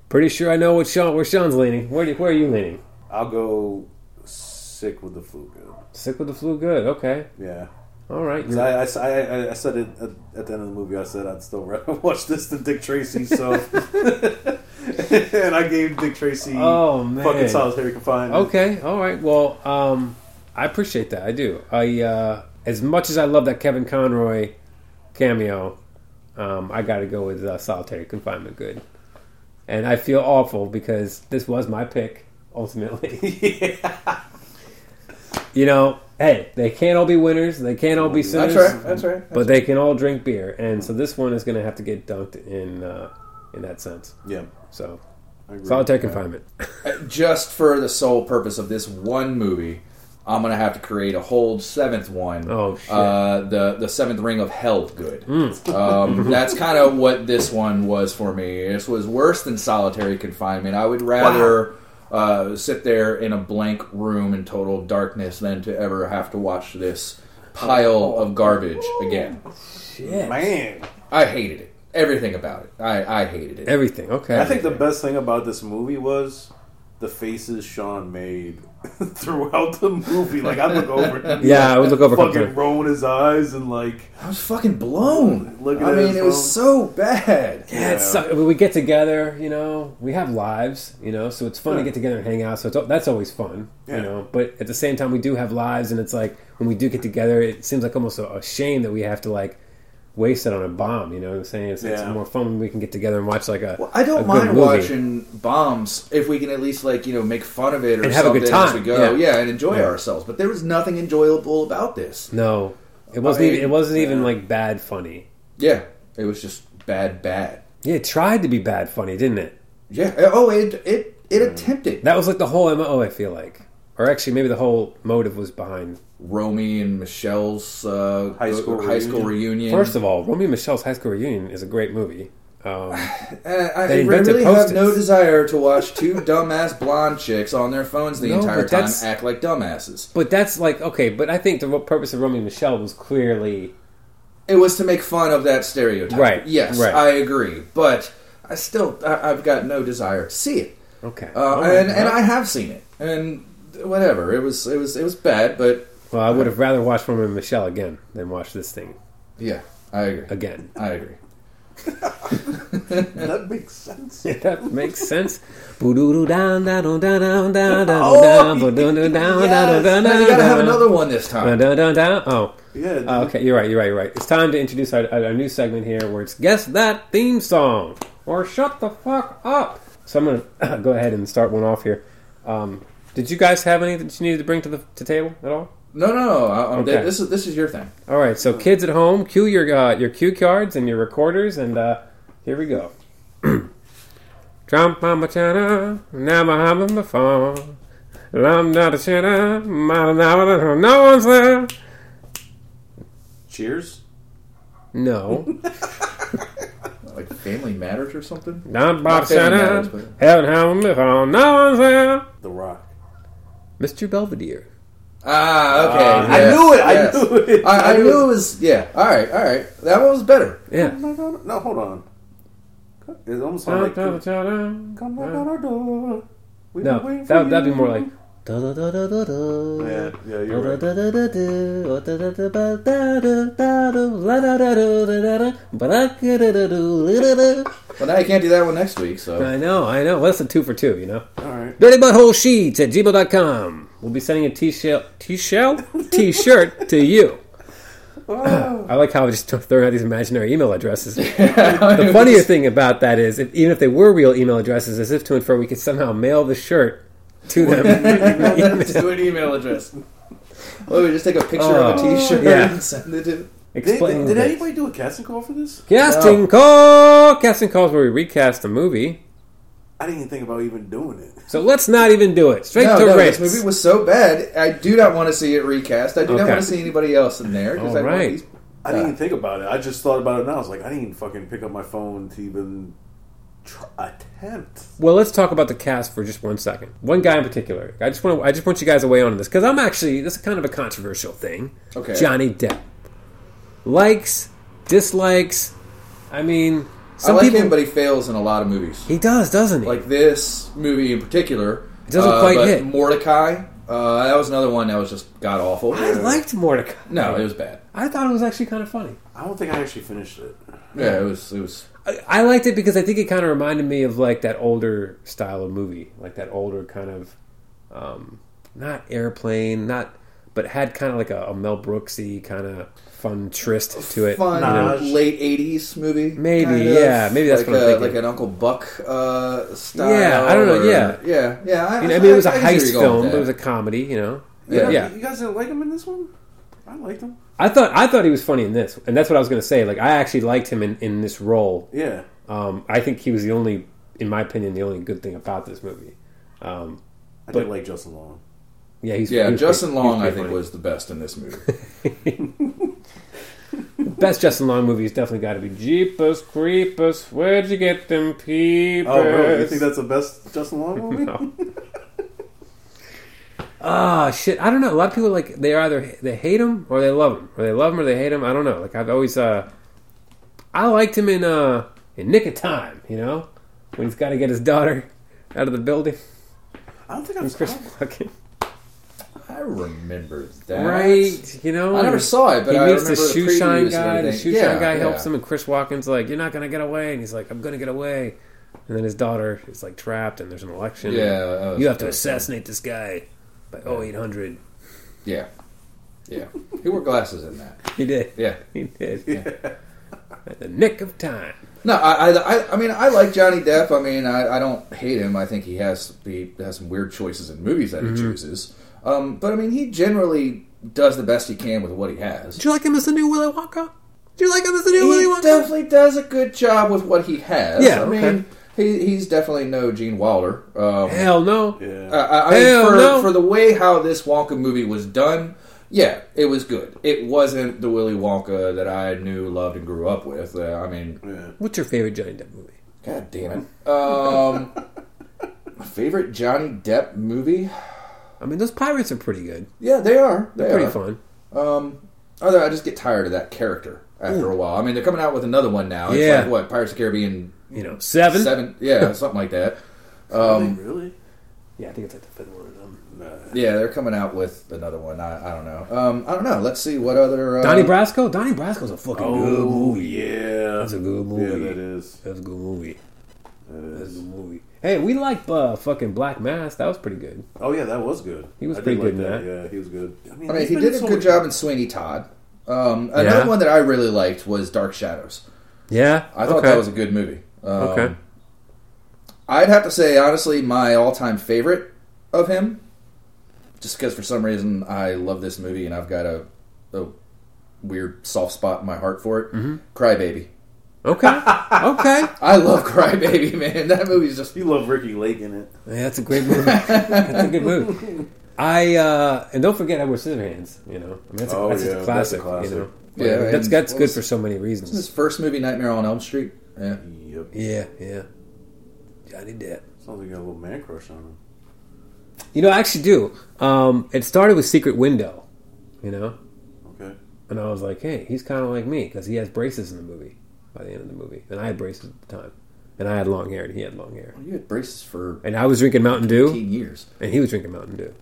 A: pretty sure I know what Sean where Sean's leaning. Where do, where are you leaning?
B: I'll go sick with the flu good.
A: Sick with the flu good. Okay.
B: Yeah,
A: All right.
B: 'Cause I, I, I, I said it at, at the end of the movie. I said I'd still rather watch this than Dick Tracy. So, and I gave Dick Tracy
A: Oh, man.
B: fucking solitary confinement.
A: Okay, all right. Well, um, I appreciate that. I do. I uh, as much as I love that Kevin Conroy cameo, um, I got to go with uh, solitary confinement. Good, and I feel awful because this was my pick ultimately.
B: yeah.
A: you know, hey, they can't all be winners. They can't all be sinners.
C: That's right.
A: But they can all drink beer, and so this one is going to have to get dunked in uh, in that sense.
B: Yeah.
A: So
B: I agree.
A: solitary confinement.
C: Just for the sole purpose of this one movie, I'm gonna have to create a whole seventh one.
A: Oh, shit.
C: Uh, the the seventh ring of hell. Good. Um, that's kind of what this one was for me. This was worse than solitary confinement. I would rather uh, sit there in a blank room in total darkness than to ever have to watch this pile of garbage again.
A: Shit.
B: Man,
C: I hated it. Everything about it. I, I hated it.
A: Everything. Okay.
B: I think the best thing about this movie was the faces Sean made throughout the movie. Like I look over, and he
A: yeah, I would look over. a couple
B: fucking
A: times.
B: rolling his eyes and like
C: I was fucking blown.
B: Look at
C: I
B: his
C: mean, it was so bad.
A: Yeah, it's so, we get together, you know, we have lives, you know, so it's fun to
B: Yeah.
A: get together and hang out. So it's, al- that's always fun,
B: Yeah.
A: you know, but at the same time, we do have lives, and it's like when we do get together, it seems like almost a, a shame that we have to like waste it on a bomb, you know what I'm saying? It's, it's
B: Yeah.
A: more fun when we can get together and watch like a.
C: Well, I
A: a
C: don't
A: good
C: mind
A: movie.
C: watching bombs if we can at least like you know make fun of it or
A: And have a
C: something
A: good
C: as we
A: time,
C: go. Yeah,
A: yeah.
C: and enjoy ourselves. But there was nothing enjoyable about this.
A: No, it wasn't,
C: I-
A: even, it wasn't even
B: yeah.
A: like bad funny.
C: Yeah, it was just bad, bad.
A: Yeah, it tried to be bad funny, didn't it?
C: Yeah. Oh, it it it attempted.
A: Mm. That was like the whole MO, I feel like. Or actually, maybe the whole motive was behind.
C: Romy and Michelle's uh,
B: High
C: go-
B: school
C: high school reunion.
A: First of all, Romeo and Michelle's High School Reunion is a great movie. Um,
C: Uh, I
A: They
C: I
A: invented
C: really have no
A: Post-its.
C: desire to watch two dumbass blonde chicks on their phones the
A: No,
C: entire
A: but
C: time
A: that's-
C: act like dumbasses.
A: But that's like okay, but I think the ro- purpose of Romeo and Michelle was clearly
C: It was to make fun of that stereotype.
A: Right,
C: Yes,
A: right.
C: I agree. But I still, I, I've got no desire to see it.
A: okay.
C: Uh,
A: All right.
C: and and I have seen it, and whatever. It was it was it was bad, but
A: well, I would have rather watched Romeo and Michelle again than watch this thing
C: yeah, I agree.
A: again.
C: I agree.
B: that makes sense.
A: If that makes sense. Oh,
C: Now you gotta have another one this time.
A: Oh,
B: Yeah. dude.
A: Uh, okay, you're right. You're right. You're right. It's time to introduce our, our new segment here, where it's guess that theme song or shut the fuck up. So I'm gonna go ahead and start one off here. Um, did you guys have any that you needed to bring to the to table at all?
C: No, no, no. I, I'm-
A: Okay.
C: This is this is your thing.
A: All right, so kids at home, cue your uh, your cue cards and your recorders, and uh, here we go. Trump mama chana, now my hum on the phone. Lam da da chana, ma na na na, no one's there.
B: Cheers.
A: No,
C: Like Family Matters or something.
A: not Bob
C: Not Family Matters, but-
A: Chana, heaven hum on the phone, no one's there.
B: The Rock.
A: Mr. Belvedere.
C: Ah, okay.
B: Uh,
C: yes,
B: I knew it.
C: yes.
B: I knew it.
C: I, I knew it was. Yeah. All right. All right. That one was better.
A: Yeah.
B: No, no, no, no, hold on. It almost
A: No,
B: sounded like come knock on our door. We've been waiting for
A: that, that'd be
B: you."
A: more like.
B: Yeah, yeah, you're right.
A: I
C: Well, now you can't do that one next week. So
A: know, I know. Well, that's a two for two, you know.
B: All right.
A: Dirty Butthole Sheets at gmail.com. We'll be sending a t-shirt, t-shirt, t-shirt to you. I like how I just throwing out these imaginary email addresses. The funnier thing about that is, if, even if they were real email addresses, as if to infer we could somehow mail the shirt to them.
C: just do an email address. Well, we just take a picture of a
A: Oh,
C: T-shirt
A: yeah.
C: and send it to.
B: Did,
A: Explain.
B: did,
A: this.
B: anybody do a casting call for this?
A: Casting call. Casting calls where we recast a movie.
B: I didn't even think about even doing it.
A: So let's not even do it. Straight
C: No,
A: to
C: no,
A: race.
C: this movie was so bad. I do not want to see it recast. I do not
A: Okay.
C: want to see anybody else in there because I want
A: Alright.
C: these.
B: I didn't even think about it. I just thought about it now. I was like, I didn't even fucking pick up my phone to even try, attempt.
A: Well, let's talk about the cast for just one second. One guy in particular. I just want to. I just want you guys away on this because I'm actually this is kind of a controversial thing.
C: Okay.
A: Johnny Depp likes, dislikes. I mean,
C: I
A: some
C: like
A: people
C: him, but he fails in a lot of movies.
A: he does, doesn't he?
C: like this movie in particular. It
A: doesn't quite hit.
C: Mordecai. Uh, that was another one that was just god awful.
A: I liked Mordecai.
C: No, it was bad.
A: I thought it was actually kind of funny.
B: I don't think I actually finished it.
C: Yeah, it was. It was.
A: I, I liked it because I think it kind of reminded me of like that older style of movie, like that older kind of um, not airplane, not but had kind of like a, a Mel Brooksy kind of fun tryst to it.
C: Fun
A: you know?
B: Nah.
C: late '80s movie,
A: Maybe,
C: kind of.
A: yeah, maybe that's
C: like
A: what I'm
C: a-
A: thinking.
C: like an Uncle Buck uh, style.
A: Yeah, I don't know,
C: or-
A: yeah.
C: yeah, yeah. I,
A: You know, I mean, it was a
C: I can see where
A: heist
C: you're going
A: film,
C: with
A: but it was
C: that.
A: a comedy. You know,
B: You
C: Yeah.
B: guys-
A: Yeah.
B: You guys didn't like him in this one? I liked him.
A: I thought I thought he was funny in this, and that's what I was going to say. Like, I actually liked him in, in this role.
B: Yeah.
A: Um, I think he was the only, in my opinion, the only good thing about this movie. Um,
B: I
A: But-
B: did like Justin Long.
A: yeah, he's
C: yeah,
A: he was
C: Justin
A: pretty- he was
C: Long, I
A: pretty
C: think,
A: funny.
C: was the best in this movie.
A: best Justin Long movie has definitely got to be Jeepers Creepers. Where'd you get them peepers?
B: Oh, really? You think that's the best Justin Long movie?
A: Ah, shit. I don't know. A lot of people like they either they hate him or they love him, or they love him or they hate him. I don't know. Like I've always uh, I liked him in uh in Nick of Time. You know, when he's got to get his daughter out of the building.
B: I don't think I've
A: Chris
B: seen
A: fucking
C: I remember that.
A: right. You know,
C: I never saw it, but
A: he
C: I
A: meets
C: remember
A: the shoe
C: previews
A: shine
C: and
A: guy. The
C: everything.
A: shoe
C: Yeah,
A: shine guy
C: yeah.
A: helps him, and Chris Walken's like, "You're not gonna get away," and he's like, "I'm gonna get away." And then his daughter is like trapped, and there's an election.
C: Yeah, uh, that was-
A: you have to assassinate this guy by 0800.
C: Yeah, yeah. He wore glasses in that.
A: He did.
C: Yeah.
A: He did. At the nick of time.
C: No, I, I, I- I mean, I like Johnny Depp. I mean, I, I don't hate him. I think he has he has some weird choices in movies that
A: Mm-hmm.
C: he chooses. Um, but I mean, he generally does the best he can with what he has.
A: Did you like him as the new Willy Wonka? Did you like him as the new
C: He
A: Willy Wonka?
C: definitely does a good job with what he has.
A: Yeah,
C: I mean,
A: okay.
C: he, he's definitely no Gene Wilder. Um,
A: Hell no.
B: it. Yeah.
C: I, I- I mean,
A: Hell
C: for,
A: no.
C: for the way how this Wonka movie was done, yeah, it was good. It wasn't the Willy Wonka that I knew, loved, and grew up with. Uh, I mean,
B: yeah.
A: What's your favorite Johnny Depp movie?
C: God damn it. Um, my favorite Johnny Depp movie?
A: I mean, those pirates are pretty good.
C: Yeah, they are. They
A: They're pretty
C: are.
A: fun.
C: Um, although I just get tired of that character after a while. I mean, they're coming out with another one now. It's
A: Yeah.
C: like, what, Pirates of the Caribbean
A: You know, seven.
C: 7? Yeah, something like that. Um,
A: um,
B: really? Really?
A: Yeah, I think it's like the fifth one. Um,
B: Nah.
C: Yeah, they're coming out with another one. I, I don't know. Um, I don't know. Let's see what other. Uh,
A: Donnie Brasco. Donnie Brasco's a fucking good
B: Oh,
A: movie.
B: yeah.
A: That's a good movie.
B: yeah, that is.
A: That's a good movie.
B: That
A: That's a
B: is.
A: good movie. Hey, we liked uh, fucking Black Mass. That was pretty good.
B: Oh, yeah, that was good.
A: He was
B: I
A: pretty
B: did
A: good in
B: like Yeah, he was good.
C: I mean,
B: he's
C: he
B: been
C: did
B: in
C: a
B: so many-
C: good job in Sweeney Todd. Um, another
A: Yeah.
C: one that I really liked was Dark Shadows.
A: Yeah,
C: I thought that was a good movie. Um,
A: okay.
C: I'd have to say, honestly, my all-time favorite of him, just because for some reason I love this movie and I've got a, a weird soft spot in my heart for it.
A: Mm-hmm.
C: Crybaby,
A: Okay, okay. Yeah,
C: I love Crybaby, man. That movie's just
B: You love Ricky Lake in it.
A: that's a great movie. that's a good movie. I uh, and don't forget Edward Scissorhands. You know, I mean, that's a,
B: Oh,
A: that's just
B: yeah,
A: a
B: that's a
A: classic. You know,
C: classic. Yeah,
A: that's
C: and
A: that's
C: what
A: good
C: was-
A: for so many
C: his
A: reasons.
C: first movie, Nightmare on Elm Street. Yeah,
B: Yep.
A: Yeah, yeah. Johnny Depp.
B: Sounds like you got a little man crush on him.
A: You know, I actually do. Um, it started with Secret Window. You know,
B: Okay.
A: and I was like, hey, he's kind of like me because he has braces in the movie. By the end of the movie, and I had braces at the time, and I had long hair, and he had long hair.
C: you had braces for
A: And I was drinking Mountain Dew,
C: 15 years.
A: and he was drinking Mountain Dew.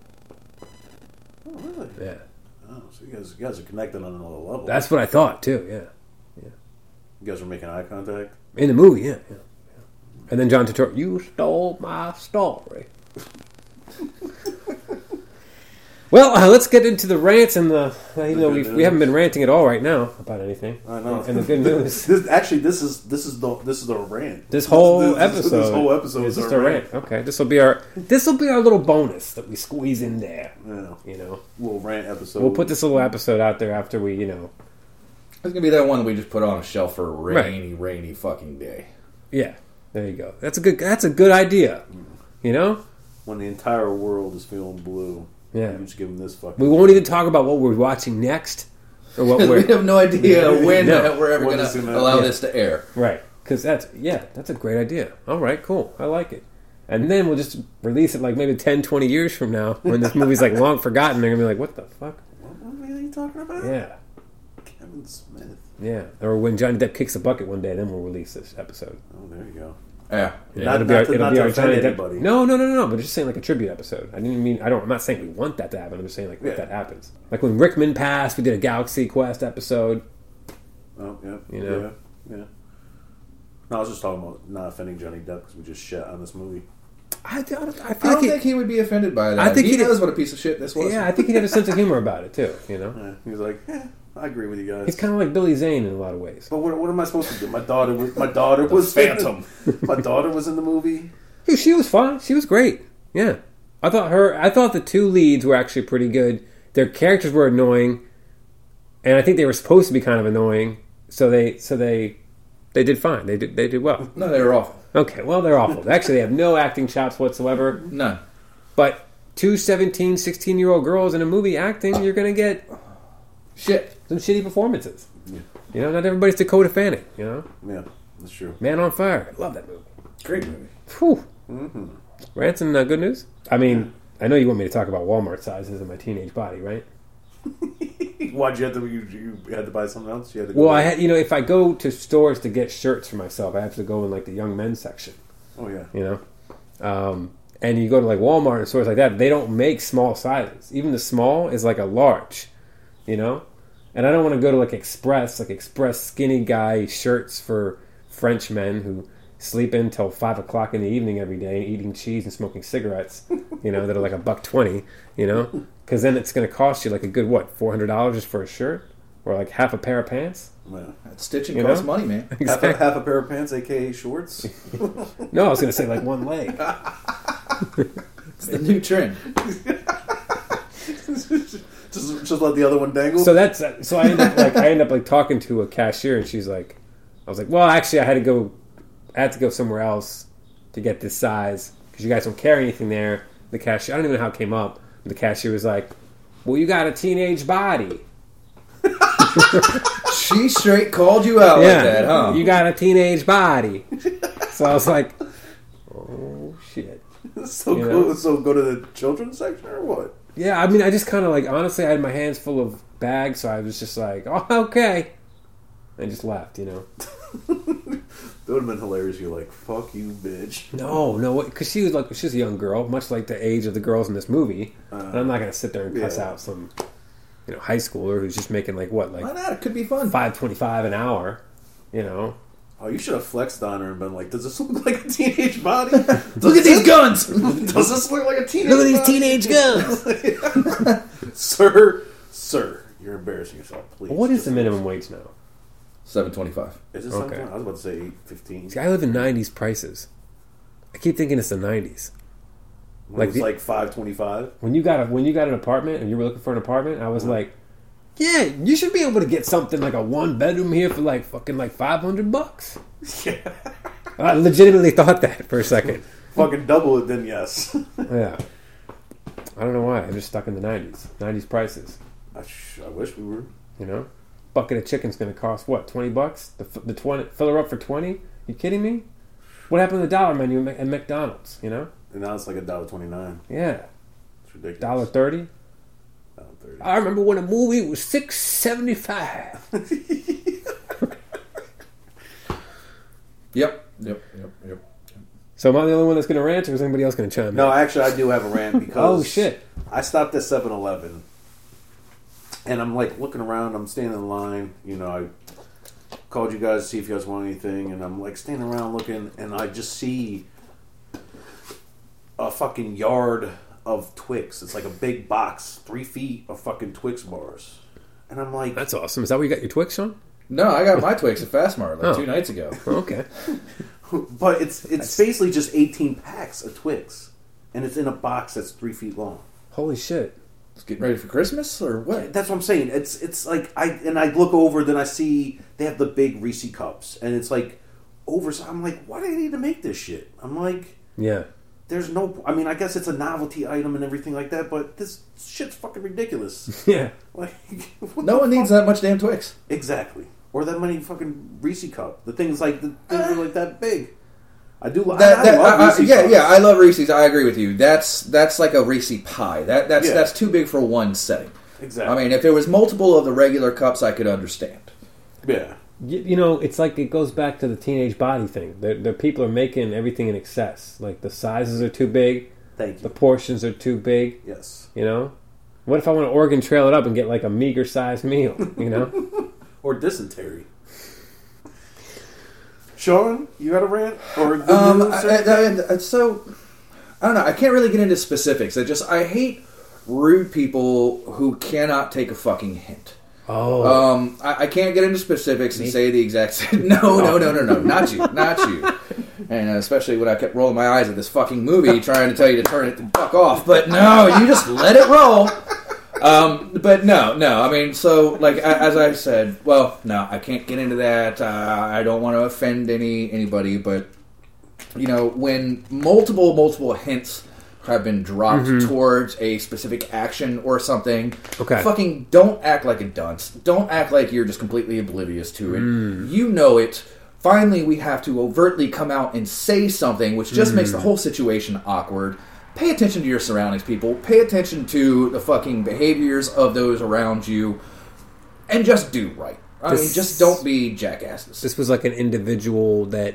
B: Oh, really?
A: Yeah,
B: Oh, so you guys, you guys are connected on another level.
A: that's what I thought too. Yeah,
B: you guys are making eye contact.
A: in the movie, yeah. yeah. yeah. And then John Turturro, you stole my story. Well, uh, let's get into the rants and the. Uh, you know,
B: good
A: we've, we
B: news.
A: haven't been ranting at all right now about anything.
B: I know.
A: And the good news.
B: This, actually, this is this is the this is a rant.
A: This whole
B: this-
A: episode.
B: This whole episode
A: is
B: is
A: just
B: our
A: a rant. Okay, this will be our this will be our little bonus that we squeeze in there.
B: Yeah.
A: You know,
B: Little rant episode.
A: we'll put this little episode out there after we, you know,
C: It's gonna be that one we just put on a shelf for a rainy, rainy fucking day.
A: yeah. There you go. That's a good. That's a good idea. You know.
B: when the entire world is feeling blue.
A: Yeah.
B: You just give them this fucking.
A: We won't even talk about what we're watching next or what
C: we
A: we're
C: have no idea when
A: No.
C: that we're ever
B: When
C: gonna,
B: this is gonna-
C: allow
B: yeah.
C: this to air.
A: right because that's yeah that's a great idea. All right, cool. I like it. And then we'll just release it like maybe 10, 20 years from now when this movie's like long forgotten. They're gonna be like, what the fuck?
B: What are you talking about?
A: Yeah,
B: Kevin Smith.
A: yeah. Or when Johnny Depp kicks a bucket one day, then we'll release this episode.
B: Oh, there you go.
C: Yeah.
A: Yeah,
B: Not-
A: it'll be
B: not
A: our,
B: to-
A: it'll
B: not
A: be
B: to
A: our
B: offend
A: Johnny Depp-
B: anybody.
A: No, no, no, no. But just saying like a tribute episode. I didn't mean. I don't. I'm not saying we want that to happen. I'm just saying like what
B: Yeah.
A: that happens. Like when Rickman passed, we did a Galaxy Quest episode.
B: Oh, yeah.
A: You know?
B: Yeah. yeah. No, I was just talking about not offending Johnny Depp because we just shit on this movie.
A: I, don't- I,
C: I
A: feel
C: don't
A: like he-
C: think he would be offended by that.
A: I think
C: he,
A: he did-
C: knows what a piece of shit this was.
A: yeah, I think he had a sense of humor about it too. You know,
B: Yeah. He was like, eh, I agree with you guys.
A: he's kind of like Billy Zane in a lot of ways.
B: but what, what am I supposed to do? My daughter was my daughter was
C: Phantom.
B: my daughter was in the movie.
A: Dude, she was fun. She was great. Yeah, I thought her. I thought the two leads were actually pretty good. Their characters were annoying, and I think they were supposed to be kind of annoying. So they, so they, they did fine. They did. They did well.
C: No, they were awful.
A: Okay, well, they're awful. Actually, they have no acting chops whatsoever.
C: None.
A: But two 17, 16 year old girls in a movie acting, you're going to get
C: Shit.
A: some shitty performances. You know, not everybody's Dakota Fanning, you know?
B: Yeah, that's true.
A: Man on Fire. I love that movie.
C: Great movie.
A: Whew. Ranson, uh, good news? I mean, I know you want me to talk about Walmart sizes in my teenage body, right?
B: Why'd you have to you, you had to buy something else? You had to go
A: Well, I
B: back?
A: had, you know, if I go to stores to get shirts for myself, I have to go in like the young men's section.
B: Oh yeah.
A: you know. Um, and you go to like Walmart and stores like that, they don't make small sizes. Even the small is like a large, you know. And I don't want to go to like Express, like Express skinny guy shirts for French men who sleep in till five o'clock in the evening every day and eating cheese and smoking cigarettes, you know, that are like a buck twenty, you know, because then it's going to cost you like a good what four hundred dollars just for a shirt or like half a pair of pants.
B: yeah.
C: That stitching
A: You
C: costs
A: know?
C: money, man.
B: Half, a, half a pair of pants, aka shorts.
A: No, I was going to say like one leg.
C: It's the new trend.
B: just, just let the other one dangle.
A: so that's so I end up like I end up like talking to a cashier and she's like I was like well actually I had to go I had to go somewhere else to get this size because you guys don't carry anything there the cashier I don't even know how it came up the cashier was like well you got a teenage body
C: she straight called you out like that, huh?
A: you got a teenage body so I was like oh shit
B: so
A: you
B: go,
A: know.
B: so go to the children's section or what?
A: yeah I mean I just kind of like honestly I had my hands full of bags so I was just like oh okay and just left you know
B: That would have been hilarious. You're like, fuck you, bitch.
A: No, no, because she was like she's a young girl, much like the age of the girls in this movie. and I'm not gonna sit there and cuss
B: yeah.
A: out some, you know, high schooler who's just making like what,
C: Why
A: like
C: not? It could be fun.
A: five twenty five an hour, you know?
B: Oh, you should have flexed on her and been like, does this look like a teenage body?
C: Look at these guns.
B: does this look like a teenage? body?
A: guns.
B: sir, sir. You're embarrassing yourself. Please.
A: what is
B: Just-
A: the minimum wage now?
C: Seven twenty-five.
B: Is this
A: Okay.
B: something? I was about to say eight fifteen.
A: See, I live in '90s prices. I keep thinking it's the '90s.
B: Like
A: Like
B: it's
A: the-
B: like five twenty five.
A: When you got a when you got an apartment and you were looking for an apartment, I was like, yeah, you should be able to get something like a one bedroom here for like fucking like five hundred bucks.
B: Yeah.
A: I legitimately thought that for a second.
B: Fucking double it, then yes.
A: Yeah. I don't know why. I'm just stuck in the 90s. 90s prices,
B: I, sh- I wish we were.
A: you know? Bucket of chicken's going to cost what? 20 bucks? The, f- the 20 fill her up for 20? You kidding me? What happened to the dollar menu at Mc- at McDonald's, you know?
B: And now it's like a dollar twenty nine.
A: Yeah.
B: It's ridiculous.
A: Dollar 30?
B: Dollar thirty.
A: I remember when a movie was 6.75.
C: Yep. Yep. Yep. Yep.
A: So am I the only one that's going to rant or is anybody else going to chime
B: No,
A: in?
B: actually, I do have a rant because.
A: Oh shit.
B: I stopped at 7 Eleven. And I'm like looking around. I'm standing in line. You know, I called you guys to see if you guys want anything. And I'm like standing around looking. And I just see a fucking yard of Twix. It's like a big box, three feet of fucking Twix bars. And I'm like,
A: That's awesome. Is that where you got your Twix, Sean?
C: No, I got my Twix at Fast Mart like
A: Oh.
C: two nights ago.
A: Oh, okay.
B: but it's it's basically just 18 packs of Twix, and it's in a box that's three feet long.
A: Holy shit.
C: It's getting ready for Christmas or what?
B: That's what I'm saying. It's it's like I and I look over, then I see they have the big Reese cups, and it's like over. I'm like, why do they need to make this shit? I'm like,
A: Yeah.
B: there's no. I mean, I guess it's a novelty item and everything like that, but this shit's fucking ridiculous.
A: Yeah.
B: like, what
C: No
B: the
C: one needs
B: fuck?
C: that much damn Twix.
B: exactly or that many fucking Reese cup. The things like the things are like that big. I do. li- I,
C: That, that,
B: I love
C: I- I-
B: Reese's
C: yeah,
B: cups.
C: yeah, I love Reese's. I agree with you. That's that's like a Reese pie. That that's
B: Yeah.
C: that's too big for one setting.
B: Exactly.
C: I mean, if there was multiple of the regular cups, I could understand.
B: yeah.
A: You, you know, it's like it goes back to the teenage body thing. The, the people are making everything in excess. Like the sizes are too big,
B: Thank
A: the
B: you.
A: portions are too big.
B: Yes.
A: You know, what if I want to Oregon Trail it up and get like a meager sized meal? You know,
B: Or dysentery. Sean, you got a rant or good
C: Um,
B: news?
C: I,
B: sir?
C: I- I- so I don't know. I can't really get into specifics. I just I hate rude people who cannot take a fucking hint.
A: oh,
C: Um, I, I can't get into specifics and say the exact same. No, no, no, no, no, not you, not you. And uh, especially when I kept rolling my eyes at this fucking movie, trying to tell you to turn it the fuck off. But no, you just let it roll. Um, but no, no. I mean, so like a- as I said, well, no, I can't get into that. Uh, I don't want to offend any anybody, but you know, when multiple multiple hints have been dropped towards a specific action or something,
A: Mm-hmm. Okay.
C: fucking don't act like a dunce. Don't act like you're just completely oblivious to it.
A: Mm.
C: You know it. Finally, we have to overtly come out and say something, which just
A: Mm.
C: makes the whole situation awkward. Pay attention to your surroundings, people. Pay attention to the fucking behaviors of those around you, and just do right. I mean,
A: This-
C: just don't be jackasses.
A: this was like an individual that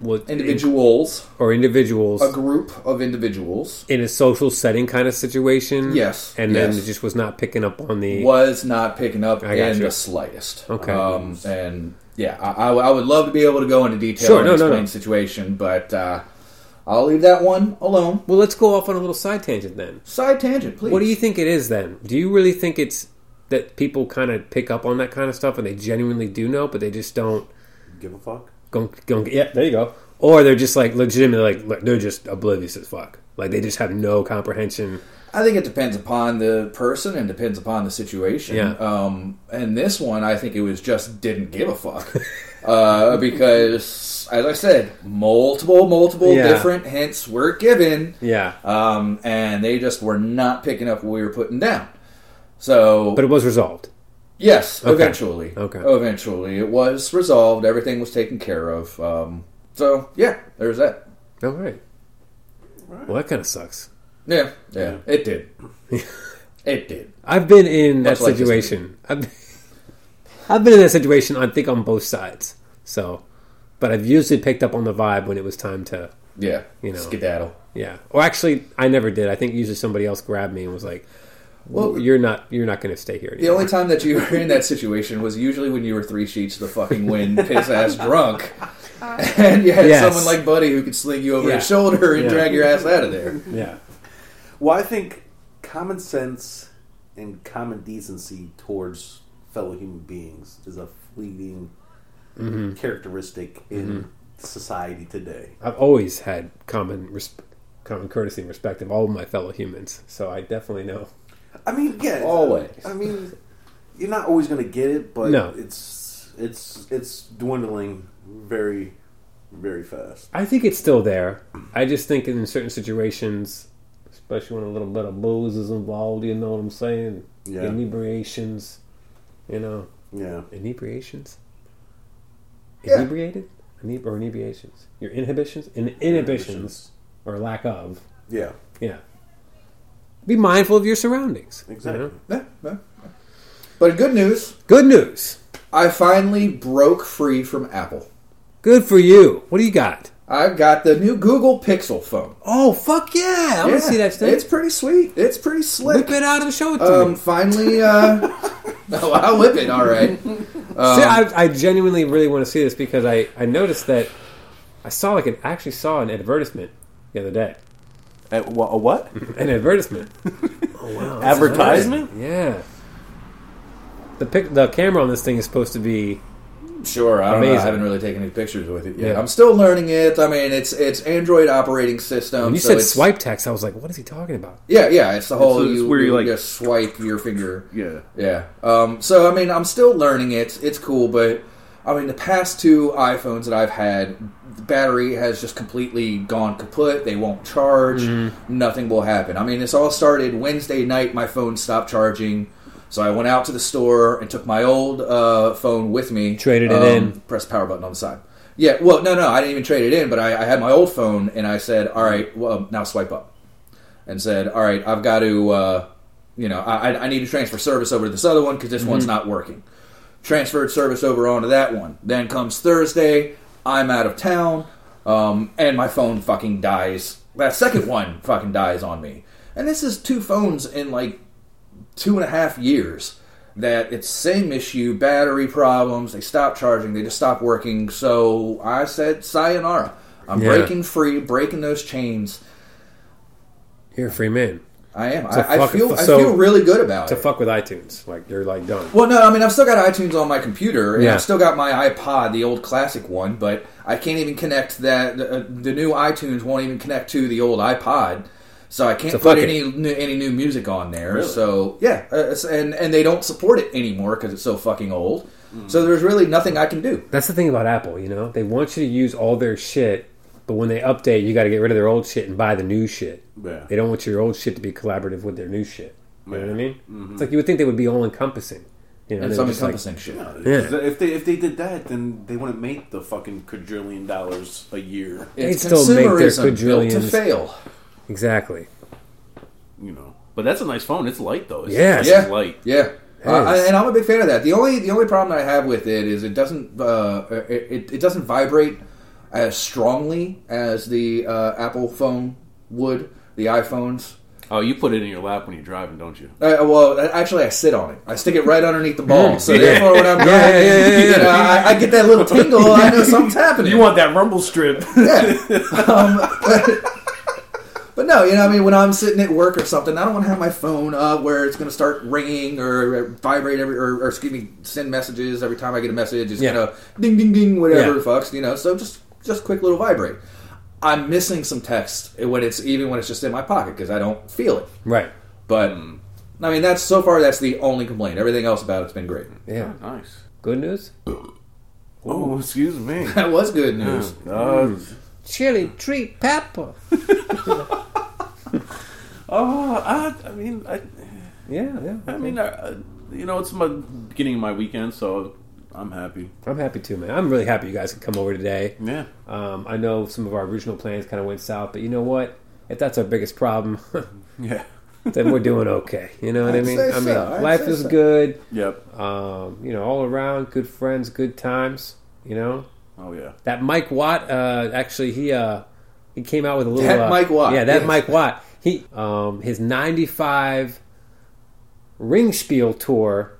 A: was
C: Individuals,
A: or individuals
C: a group of individuals,
A: in a social setting kind of situation.
C: Yes,
A: and then
C: yes.
A: it just was not picking up on the.
C: was not picking up
A: I got
C: in
A: you.
C: the slightest.
A: Okay.
C: Um, and yeah, I, I- I would love to be able to go into detail
A: Sure,
C: and
A: no, no,
C: explain
A: no.
C: the situation, but uh, I'll leave that one alone.
A: Well, let's go off on a little side tangent then.
C: Side tangent, please.
A: What do you think it is then? Do you really think it's that people kind of pick up on that kind of stuff and they genuinely do know, but they just don't?
B: Give a fuck.
A: Go, go, yeah, there you go. Or they're just like legitimately like like, they're just oblivious as fuck. Like they just have no comprehension.
C: I think it depends upon the person and depends upon the situation.
A: Yeah.
C: Um, and this one, I think it was just didn't give a fuck. uh, because, as I said, multiple, multiple
A: Yeah.
C: different hints were given.
A: Yeah,
C: Um, and they just were not picking up what we were putting down. So,
A: but it was resolved.
C: yes, eventually.
A: Okay.
C: Eventually. It was resolved. Everything was taken care of. Um, so, yeah, there's that.
A: All right. Well, that kind of sucks.
C: Yeah, yeah, it did. it did.
A: I've been in
C: Much
A: that
C: like this
A: situation. I've been, I've been in that situation. I think on both sides. So, but I've usually picked up on the vibe when it was time to.
C: Yeah.
A: You know.
C: Skedaddle.
A: Yeah. Or actually, I never did. I think usually somebody else grabbed me and was like, "Well,
C: Well-
A: you're not. You're not going to stay here."
C: The
A: Anymore.
C: only time that you were in that situation was usually when you were three sheets to the fucking wind, piss ass drunk, and you had
A: Yes.
C: someone like Buddy who could sling you over
A: Yeah.
C: his shoulder and
A: Yeah.
C: drag your ass out of there.
A: yeah.
B: Well, I think common sense and common decency towards fellow human beings is a fleeting
C: Mm-hmm.
B: characteristic in society today.
A: I've always had common res- common courtesy and respect of all of my fellow humans, so I definitely know.
B: I mean, yeah,
C: Always.
B: I mean, you're not always going to get it, but
A: No.
B: it's it's it's dwindling very very fast.
A: I think it's still there. I just think in certain situations, especially when a little bit of booze is involved, you know what I'm saying?
B: Yeah.
A: Inebriations, you know,
B: Yeah.
A: inebriations,
C: Yeah.
A: inebriated, Ineb- or inebriations. Your inhibitions, in- inhibitions, or lack of.
B: Yeah.
A: Yeah. Be mindful of your surroundings. you
B: Exactly.
A: know?
C: Yeah, yeah, yeah. But good news,
A: Good news.
C: I finally broke free from Apple.
A: Good for you. What do you got?
C: I've got the new Google Pixel phone.
A: Oh fuck yeah! I want to see that
C: It's
A: thing.
C: pretty sweet. It's pretty slick.
A: Whip it out and show it to
C: Um,
A: me.
C: finally, uh, no, I'll whip it. All right. Um,
A: See, I, I genuinely really want to see this because I, I noticed that I saw like an actually saw an advertisement the other day
B: At wha- a what?
A: An advertisement. oh wow! that's
B: Advertisement?
A: nice. Yeah. The pic, the camera on this thing is supposed to be.
C: Sure, I don't know. I
A: Amazing.
C: haven't really taken any pictures with it yet.
A: Yeah.
C: I'm still learning it. I mean, it's it's Android operating system.
A: When you
C: Um, so
A: said
C: it's,
A: swipe text, I was like, "What is he talking about?"
C: Yeah, yeah. It's the whole
B: It's- it's
C: you,
B: where you,
C: you
B: like-
C: just swipe your finger.
B: Yeah.
C: Yeah. Um, so I mean, I'm still learning it. It's cool, but I mean, the past two iPhones that I've had, the battery has just completely gone kaput. They won't charge.
A: Mm-hmm.
C: Nothing will happen. I mean, this all started Wednesday night. My phone stopped charging, so I went out to the store and took my old uh, phone with me. Um,
A: Traded it in.
C: Press power button on the side. Yeah. Well, no, no, I didn't even trade it in, but I, I had my old phone, and I said, "All right, well, now swipe up." and said, "All right, I've got to, uh, you know, I, I- I need to transfer service over to this other one because this one's not working." Transferred service over onto that one. Then comes Thursday. I'm out of town, um, and my phone fucking dies. That second one fucking dies on me. And this is two phones in like two and a half years that it's same issue battery problems they stop charging they just stop working so i said sayonara i'm
A: Yeah.
C: breaking free breaking those chains
A: You're a free man
C: I am.
A: To
C: I, I
A: fuck-
C: feel. I
A: so-
C: feel really good about
A: to
C: it.
A: fuck with iTunes. Like you're like done.
C: well, no, I mean, I've still got iTunes on my computer, and
A: Yeah.
C: I've still got my iPod, the old classic one, but I can't even connect that. The, uh, the new iTunes won't even connect to the old iPod, so I can't
A: So
C: put
A: fuck it.
C: any new, any new music on there.
B: Really?
C: So yeah, uh, it's- and and they don't support it anymore because it's so fucking old. So there's really nothing I can do.
A: That's the thing about Apple, you know? They want you to use all their shit, but when they update, you got to get rid of their old shit and buy the new shit.
B: Yeah.
A: They don't want your old shit to be collaborative with their new shit. You know what I mean? It's like you would think they would be all encompassing. You know,
C: Mm-hmm. And
A: they
C: some
A: would just, like-
C: encompassing shit.
A: Yeah.
B: If they if they did that, then they wouldn't make the fucking quadrillion dollars a year.
A: They'd
C: It's
A: still make their
C: consumerism built to
A: quadrillions.
C: fail.
A: exactly.
B: You know. But that's a nice phone. It's light though. It's,
A: Yeah.
B: It's
C: yeah,
B: light.
C: Yeah, Uh,
A: Yes.
C: I- and I'm a big fan of that. The only the only problem that I have with it is it doesn't uh, it, it doesn't vibrate as strongly as the uh, Apple phone would. The iPhones.
B: Oh, you put it in your lap when you're driving, don't you?
C: Uh, well, actually, I sit on it. I stick it right underneath the ball. So
A: Yeah.
C: therefore, when I'm driving,
A: Hmm. yeah, yeah, yeah,
C: you know, I, I get that little tingle. I know something's happening.
B: You want that rumble strip?
C: Yeah. Um, but, but no, you know, I mean, when I'm sitting at work or something, I don't want to have my phone up where it's going to start ringing or vibrate every, or, or excuse me, send messages every time I get a message. It's
A: Yeah.
C: going to ding, ding, ding, whatever
A: Yeah.
C: the fucks, you know. So just, just quick little vibrate. I'm missing some text when it's even when it's just in my pocket because I don't feel it.
A: Right.
C: But
A: Hmm.
C: I mean, that's so far that's the only complaint. Everything else about it's been great.
A: Yeah.
B: nice.
A: Good news?
B: Oh, excuse me.
C: That was good news.
B: Uh,
A: Chili tree pepper.
B: oh, I, I mean, I,
A: Yeah, yeah.
B: I mean, I, I, you know, it's my beginning of my weekend, so I'm happy.
A: I'm happy too, man. I'm really happy you guys could come over today.
B: Yeah.
A: Um, I know some of our original plans kind of went south, but you know what? If that's our biggest problem,
B: Yeah.
A: then we're doing okay. You know what I
C: I'd
A: mean?
C: say
A: I mean,
C: so. I'd
A: life
C: say
A: is
C: so.
A: good.
B: Yep.
A: um, you know, all around, good friends, good times. You know
B: Oh yeah.
A: that Mike Watt. Uh, actually, he uh, he came out with a little
C: That
A: uh,
C: Mike Watt,
A: Yeah, that
C: yes.
A: Mike Watt. He um, his '95 Ringspiel tour.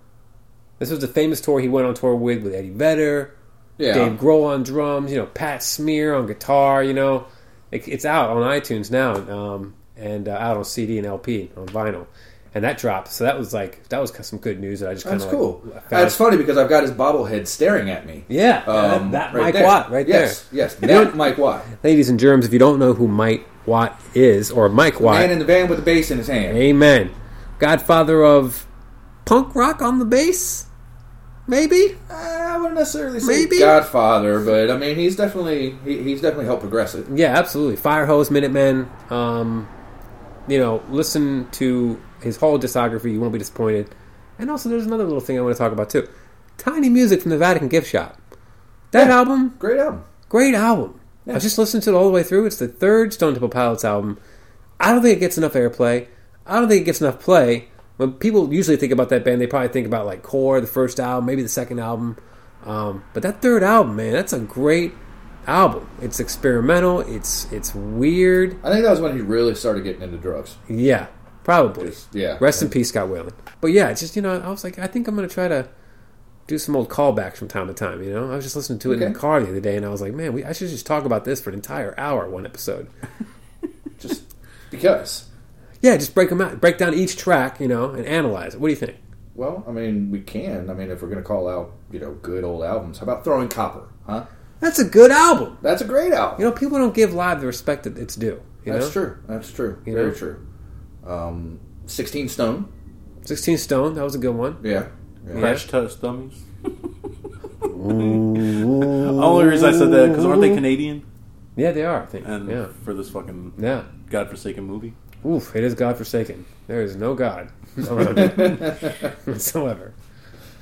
A: This was the famous tour he went on tour with with Eddie Vedder,
C: Yeah.
A: Dave Grohl on drums, you know, Pat Smear on guitar. You know, it, it's out on iTunes now um, and uh, out on CD and LP on vinyl. And that dropped, so that was like that was some good news that I just kind
C: That's
A: of
C: cool.
A: Like, found.
C: That's funny because I've got his bobblehead staring at me.
A: Yeah,
C: Um,
A: that, that
C: right
A: Mike
C: there.
A: Watt right
C: yes, Yes, that
A: don't-
C: Mike Watt.
A: there. Ladies and germs, if you don't know who Mike Watt is, or Mike Watt,
C: Man in the van with the bass in his hand.
A: amen. Godfather of punk rock on the bass, maybe?
C: I wouldn't necessarily say
A: Maybe.
C: Godfather, but I mean he's definitely he, he's definitely helped progress it.
A: Yeah, absolutely. Firehose, Minutemen. Um, you know, listen to his whole discography. You won't be disappointed. And also, there's another little thing I want to talk about, too. Tiny Music from the Vatican Gift Shop. That
C: Yeah.
A: album,
C: Great album.
A: Great album. I just listened to it all the way through. It's the third Stone Temple Pilots album. I don't think it gets enough airplay. I don't think it gets enough play. When people usually think about that band, they probably think about like Core, the first album, maybe the second album. Um, but that third album, man, that's a great album. It's experimental. It's it's weird.
C: I think that was when he really started getting into drugs.
A: Yeah, probably.
C: yeah.
A: Rest in peace, Scott Whalen. But yeah, it's just you know, I was like, I think I'm gonna try to do some old callbacks from time to time. You know, I was just listening to it in
C: Okay.
A: the car the other day, and I was like, man, we, I should just talk about this for an entire hour, one episode.
C: Just Because,
A: Yeah, just break them out. Break down each track, you know, and analyze it. What do you think?
C: well, I mean, we can. I mean, if we're going to call out, you know, good old albums, how about Throwing Copper? Huh?
A: That's a good album.
C: That's a great album.
A: You know, people don't give live the respect that it's due. You
C: That's
A: know?
C: true. That's true.
A: You
C: Very
A: know?
C: true. Um, 16 Stone.
A: 16 Stone, that was a good one.
C: Yeah. yeah.
B: Crash Test Dummies. Only reason I said that because aren't they Canadian?
A: Yeah, they are, I think.
B: And
A: yeah.
B: for this fucking
A: Yeah.
B: godforsaken movie,
A: Oof, it is God forsaken. There is no God around it whatsoever.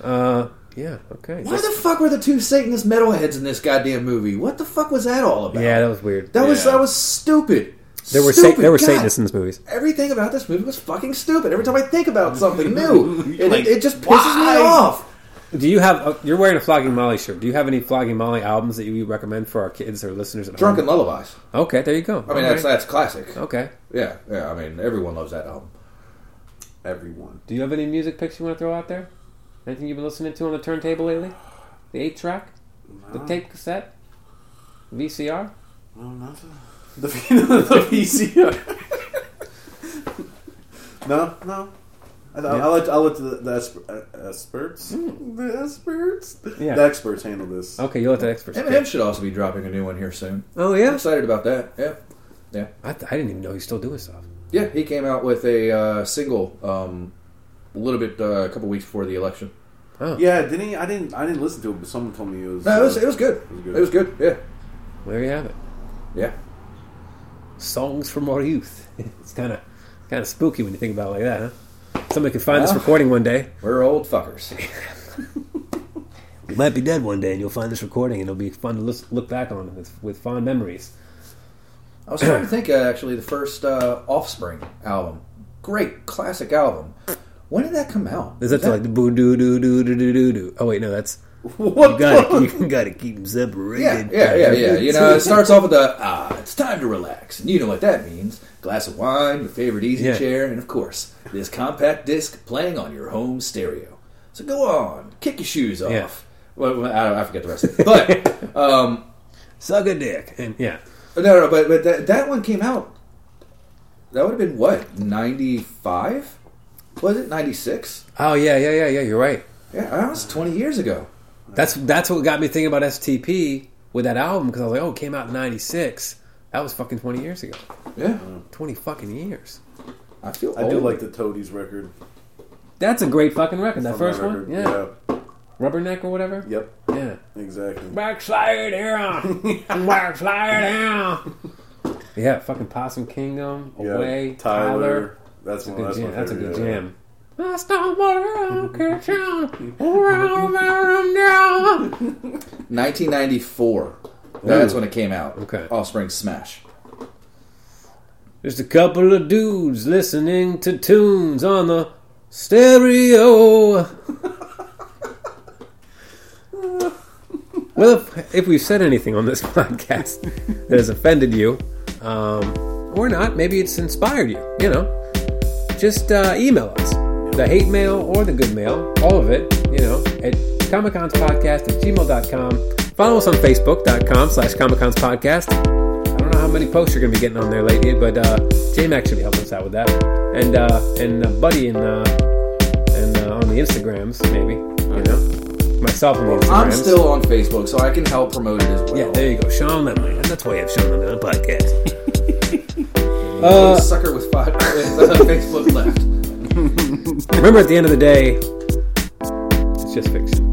A: Uh, yeah, okay.
C: Why the fuck were the two Satanist metalheads in this goddamn movie? What the fuck was that all about?
A: yeah, that was weird.
C: that was
B: Yeah.
C: that was stupid.
A: There were,
C: stupid.
A: sa- there were
C: God,
A: Satanists in these movies.
C: Everything about this movie was fucking stupid. Every time I think about something new, it,
B: Like,
C: it just pisses
B: why?
C: me off.
A: Do you have? Uh, you're wearing a Flogging Molly shirt. Do you have any Flogging Molly albums that you recommend for our kids or listeners at
C: Drunken
A: home?
C: Lullabies.
A: Okay, there you go.
C: I mean, that's that's classic.
A: okay.
C: Yeah, yeah. I mean, everyone loves that album.
B: everyone.
A: Do you have any music picks you want to throw out there? Anything you've been listening to on the turntable lately? The eight track,
C: Uh.
A: the tape cassette, VCR.
B: No, nothing. The, the VCR. no, no. I, I, I let I let the, the esper, uh, experts, the experts,
A: Mm. Yeah. Oh.
B: the experts handle this.
A: Okay, you let the experts.
C: Eminem should also be dropping a new one here soon.
A: Oh
C: I'm
A: yeah,
C: excited about that. Yeah, yeah,
A: I, th- I didn't even know he's still doing stuff.
C: yeah. He came out with a uh, single um, a little bit, uh, a couple weeks before the election.
B: Yeah, didn't he, I didn't I didn't listen to it, but someone told me it was.
C: No, it was
B: uh,
C: it was good.
B: It was good.
C: It was good. Yeah,
A: There you have it.
C: yeah.
A: Songs from our youth. it's kind of kind of spooky when you think about it like that. Huh? Somebody could find this recording one day.
C: We're old fuckers.
A: You might be dead one day, and you'll find this recording, and it'll be fun to lis- look back on with, with fond memories.
C: I was trying to think uh, actually the first uh, Offspring album, great classic album. When did that come out?
A: Is that, like the boo doo doo doo doo doo doo doo? Oh wait, no, that's
B: What
A: you gotta
B: the-
A: keep, you gotta keep them
C: Yeah,
A: separated.
C: yeah, yeah, yeah. You know, it starts off with the ah, it's time to relax, and you know what that means: glass of wine, your favorite easy
A: Yeah.
C: chair, and of course this compact disc playing on your home stereo. So go on, kick your shoes off.
A: Yeah.
C: Well, well, I, I forget the rest. Of it. But um,
A: Suck a dick, and yeah,
C: no, no, but but that, that one came out. That would have been what ninety five, was it ninety six?
A: oh yeah, yeah, yeah, yeah. You're right.
C: Yeah, that was twenty years ago.
A: That's that's what got me thinking about STP with that album because I was like, oh, it came out in '96. That was fucking 20 years ago.
C: Yeah,
A: 20 fucking years.
C: I feel.
B: uh, I do
C: old.
B: like the Toadies record.
A: That's a great fucking record. That
B: From
A: first
B: that
A: one,
B: record.
A: yeah. Rubberneck or whatever.
B: yeah. Yep.
A: Yeah.
B: Exactly.
A: Backslide era. Backslide era. Yeah, fucking Possum Kingdom,
B: Yeah.
A: Away, Tyler.
B: Tyler. That's, one.
A: Good
B: That's,
A: jam.
B: my
A: That's a
B: favorite,
A: good
B: yeah.
A: jam. I stumbled around, around, around, around.
C: 1994. That's when it came out.
A: Okay.
C: Offspring Smash.
A: Just a couple of dudes listening to tunes on the stereo. well, if, if we've said anything on this podcast that has offended you, um, or not, maybe it's inspired you, you know, just uh, email us. The hate mail or the good mail, all of it, you know, at comiconspodcast at gmail.com. Follow us on facebook.com slash comiconspodcast. I don't know how many posts you're going to be getting on there lately, but uh, J Mac should be helping us out with that, and uh, and uh, Buddy and uh, and uh, on the Instagrams maybe, you know, myself on the Instagrams.
C: I'm still on Facebook, so I can help promote it as well.
A: yeah. There you go, Sean Lemley. And That's why you have Sean Lemley on the podcast.
C: Little sucker with, five, with uh, Facebook left.
A: Remember, at the end of the day, it's just fiction.